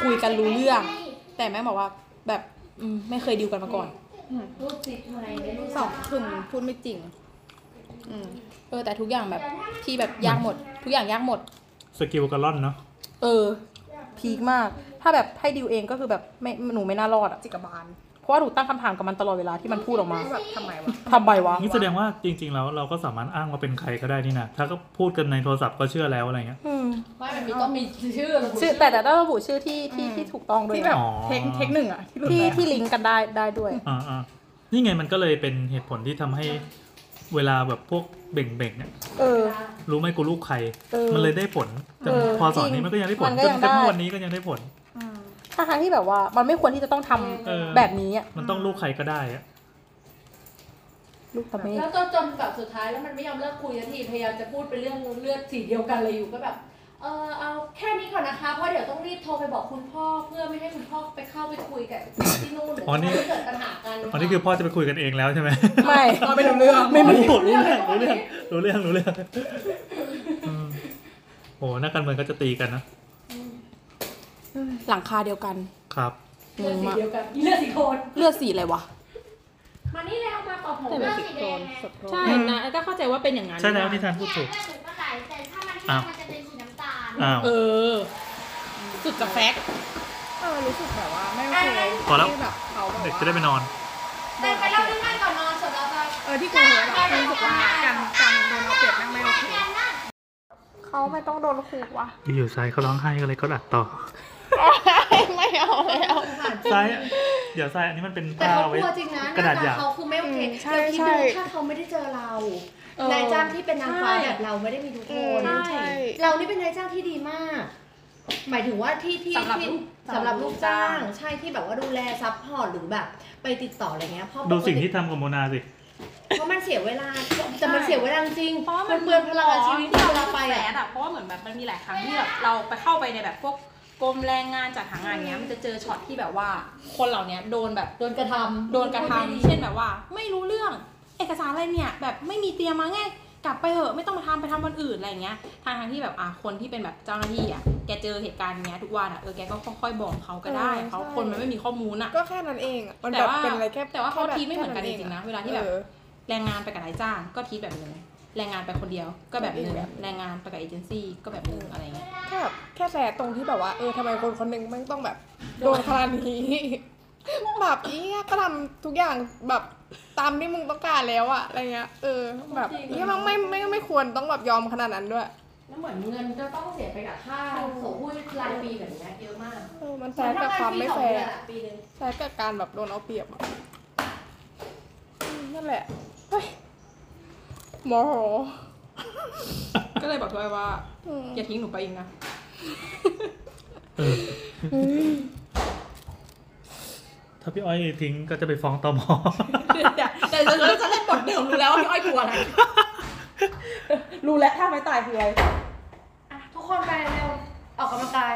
คุยกันรู้เรื่อง แต่แม่บอกว่าแบบอืมไม่เคยดิวกันมาก่อน
รูปติดไหมไม่รู้
สองคืนพูดไม่จริงเออ แต่ทุกอย่างแบบที่แบบยากหมด ทุกอย่างยากหมด
สกิลกะล่อนเนาะ
เออ พีคมาก ถ้าแบบให้ดิวเองก็คือแบบไม่หนูไม่น่ารอดอะ
จิกกบาล
เพราะว่าหนูตั้งคำถามกับมันตลอดเวลาที่มันพูดออกมา
ก็แบบทำไมวะ
ทำไมวะ
นี่แสดงว่าจริง ๆ แล้วเราก็สามารถอ้างว่าเป็นใครก็ได้นี่นะ ถ้าก็พูดกันในโทรศัพท์ก็เชื่อแล้วอะไรเงี้ย
อืม
ไม่มันมีต้องมีชื่อระบุ
ชื่อแต่แต่ต้องระบุชื่อที่ที่
อืม
ที่ถูกต้องด้วย
ที่
นะ
แบบ
อ๋อ
เทคเทคหนึ่งอะที่หลุด
ที่
ไปอะ
ที่ลิงก์กันได้ได้ด้วย
อ่าอ่านี่ไงมันก็เลยเป็นเหตุผลที่ทำให้เวลาแบบพวกเบ่งเบ่งๆเนี่ย
เออ
รู้ไหมกูลูกใคร
เออ
มันเลยได้ผลจน
เออ
พอสอนนี้มันก็ยังได้ผล
มันก็
จน
ยัง
จน
ได้
ทุกวันนี้ก็ยังได้ผล
อืม
ถ้าทางที่แบบว่ามันไม่ควรที่จะต้องทำ
เออ
แบบนี้อะ
มันต้องลูกใครก็ได้อะ
ลูกตะเมฆ
แล้วก็จนแบบสุดท้ายแล้วมันไม่ยอมเลิกคุยสักทีพยายามจะพูดเป็นเรื่องเลือดสีเดียวกันเลยอยู่ก็แบบ เออเอาแค่นี้ก่อนนะคะเพราะเดี๋ยวต้องรีบโทรไปบอกคุณพ่อเพื่อไม่ให้คุณพ่อไปเข้าไปคุยกับที่นู่นหรือ
อ๋อนี่
ไม่ให้เกิดปัญหากัน
อ๋อนี่คือพ่อจะไปคุยกันเองแล้วใช่ไหม
ไม่
ไม่รู้เรื่อง
ไม่ รู้รู้เรื่องรู้เรื่องรู้เรื่องรู้เรื่องอืมโอ้นักการเมืองก็จะตีกันนะ
หลังคาเดียวกัน
ครับ
เลือดสีเดียวกันอีเลือดสีโทน
เลือดสีอะไรวะ
มานี่แล้วมาต่อผม
แต่
เลื
แบ
อบ ด
สี
สี
โท
แดง
น
ไง
สดโทนใช่นะก็เข้าใจว่าเป็นอย่างนั้น
ใช่แล้วที่ทานพูด
เนี่ย
ถูก
เลือดหมูก็ไหลแต่ถ้ามัน
อ้า
แห้
ว
งมันจะเป็นสีน้ำตาล
อ้าว
เออ สุดกับแฟกต์
เออรู้สึกแบบว่าไม่โอเค
พอแล้ว
ที่แบบเขาแบบ
เด็ก
ว่า
จะได้ไปนอน
ไปไปเล่าเรื่องบ้านก่อนนอนสดเราไป
เออที่กูเห็นแบบรู้สึกว่าการการโดนเอาเปรียบแม่งไม่โอเคเขาไม่ต้องโดนขู่วะ
อยู่ๆซ้ายเขาร้องไห้ก็เลยก็อัดต่อ
ไม่เอาแล้ว
ซ้ายเดี๋ยวซ้ายอันนี้มันเป็น
แต่
ผ้า
เขา
ไว้
กลัวจริงนะห
กระดา
น้าตาย
ษาว
เขาคือไม่โอเค
ใช่
เราคิด
ใช่
ดูถ้าเขาไม่ได้เจอเรา
เออน
ายจ้างที่เป็นนางฟ้า
ใช่
แบบเราไม่ได้มีทุกคน
ใช่
เรานี่เป็นนายจ้างที่ดีมาก หมายถึงว่าที่ที่
สำหรับ
ที่
ลูก
สำหรับลูกจ้าง ใช่ที่แบบว่าดูแลซัพพอร์ตหรือแบบ ไปติดต่ออะไรเงี้ยเพราะ
ดู
ปกติ
สิ่งที่ทำกับโมนาสิ
เพราะมันเสียเวลาแต่มันเสียเวลาจริง
เพราะว่ามั
มัน นเปลืองพลังงานชีวิตที่
เรา
เราเราไป
ไปแอ
อะ
ดอะเพราะว่าเหมือนแบบมันมีหลายครั้งที่แบบเราไปเข้าไปในแบบพวกกรมแรงงานจัดหางานเนี้ยมันจะเจอช็อตที่แบบว่า คนเหล่าเนี้ยโดนแบบ
โดนกระทำ
โดนกระทำเช่นแบบว่า ไม่รู้เรื่องเอกสารอะไรเนี่ย แบบไม่มีเตรียมมาไงกลับไปเหอะไม่ต้องมาทำไปทำวันอื่นอะไรอย่างเงี้ยทางทางๆที่แบบอ่ะคนที่เป็นแบบเจ้าหน้าที่อ่ะแกเจอเหตุการณ์เนี้ยทุกวันอ่ะเออแกก็ค่อยๆบอกเขาก็ได้
เออ
เขา
ใช่
คนมันไม่มีข้อมูลอ่ะ
ก็แค่นั้นเองอะมัน
แต่
แบบ
ว่า
เป็นอะไรแค่
แต่ว่าเขา
ค่บบ
ทีไม่เหมือนกันจริงๆนะเวลาที่แบบ
ออ
แรงงานไปกับนายจ้างก็ทีดแบบหนึงแรงงานไปคนเดียวก็แบบหนึง
ก็อีกแบบหนึ่ง
แรงงานไปกับเอเจนซี่ก็แบบหนึงอะไรอย่างเงี้ย
แค่แบบแค่แสตรงที่แบบว่าเออทำไมคนคนหนึงแมันต้องแบบโดนขนาดนี้ แบบเอี้ยก็ทำทุกอย่างแบบตามที่มึงต้องการแล้วอะอะไรเงี้ยเออแบบเอี้ยมันไม่ไม่ไม่ควรต้องแบบยอมขนาดนั้นด้วย
แล้วเหมือนเงินก็ต้องเสียไปกับค่าส่งหุ้นรายปีแบบเนี้ยเยอะมาก
เออมันแฟร์กับความไม่แฟร์
เหอนทำงนปีสองเดือนอะปีหนึง
ใช้กับการแบบโดนเอาเปรียบอะอืมนั่นแหละ เฮ้ยโมโห
ก็เลยบอกทวายว่า
อืม
อย่าทิ้งหนูไปอีกนะ
เออ ถ้าพี่อ้อยทิ้งก็จะไปฟ้องตม
แต่ฉันจะเล่นบทเดิมรู้แล้วว่าพี่อ้อยกลัวอะไร
รู้แล้วถ้าไม่ตายคืออะไร
ทุกคนไปเร็วออกกำลังกาย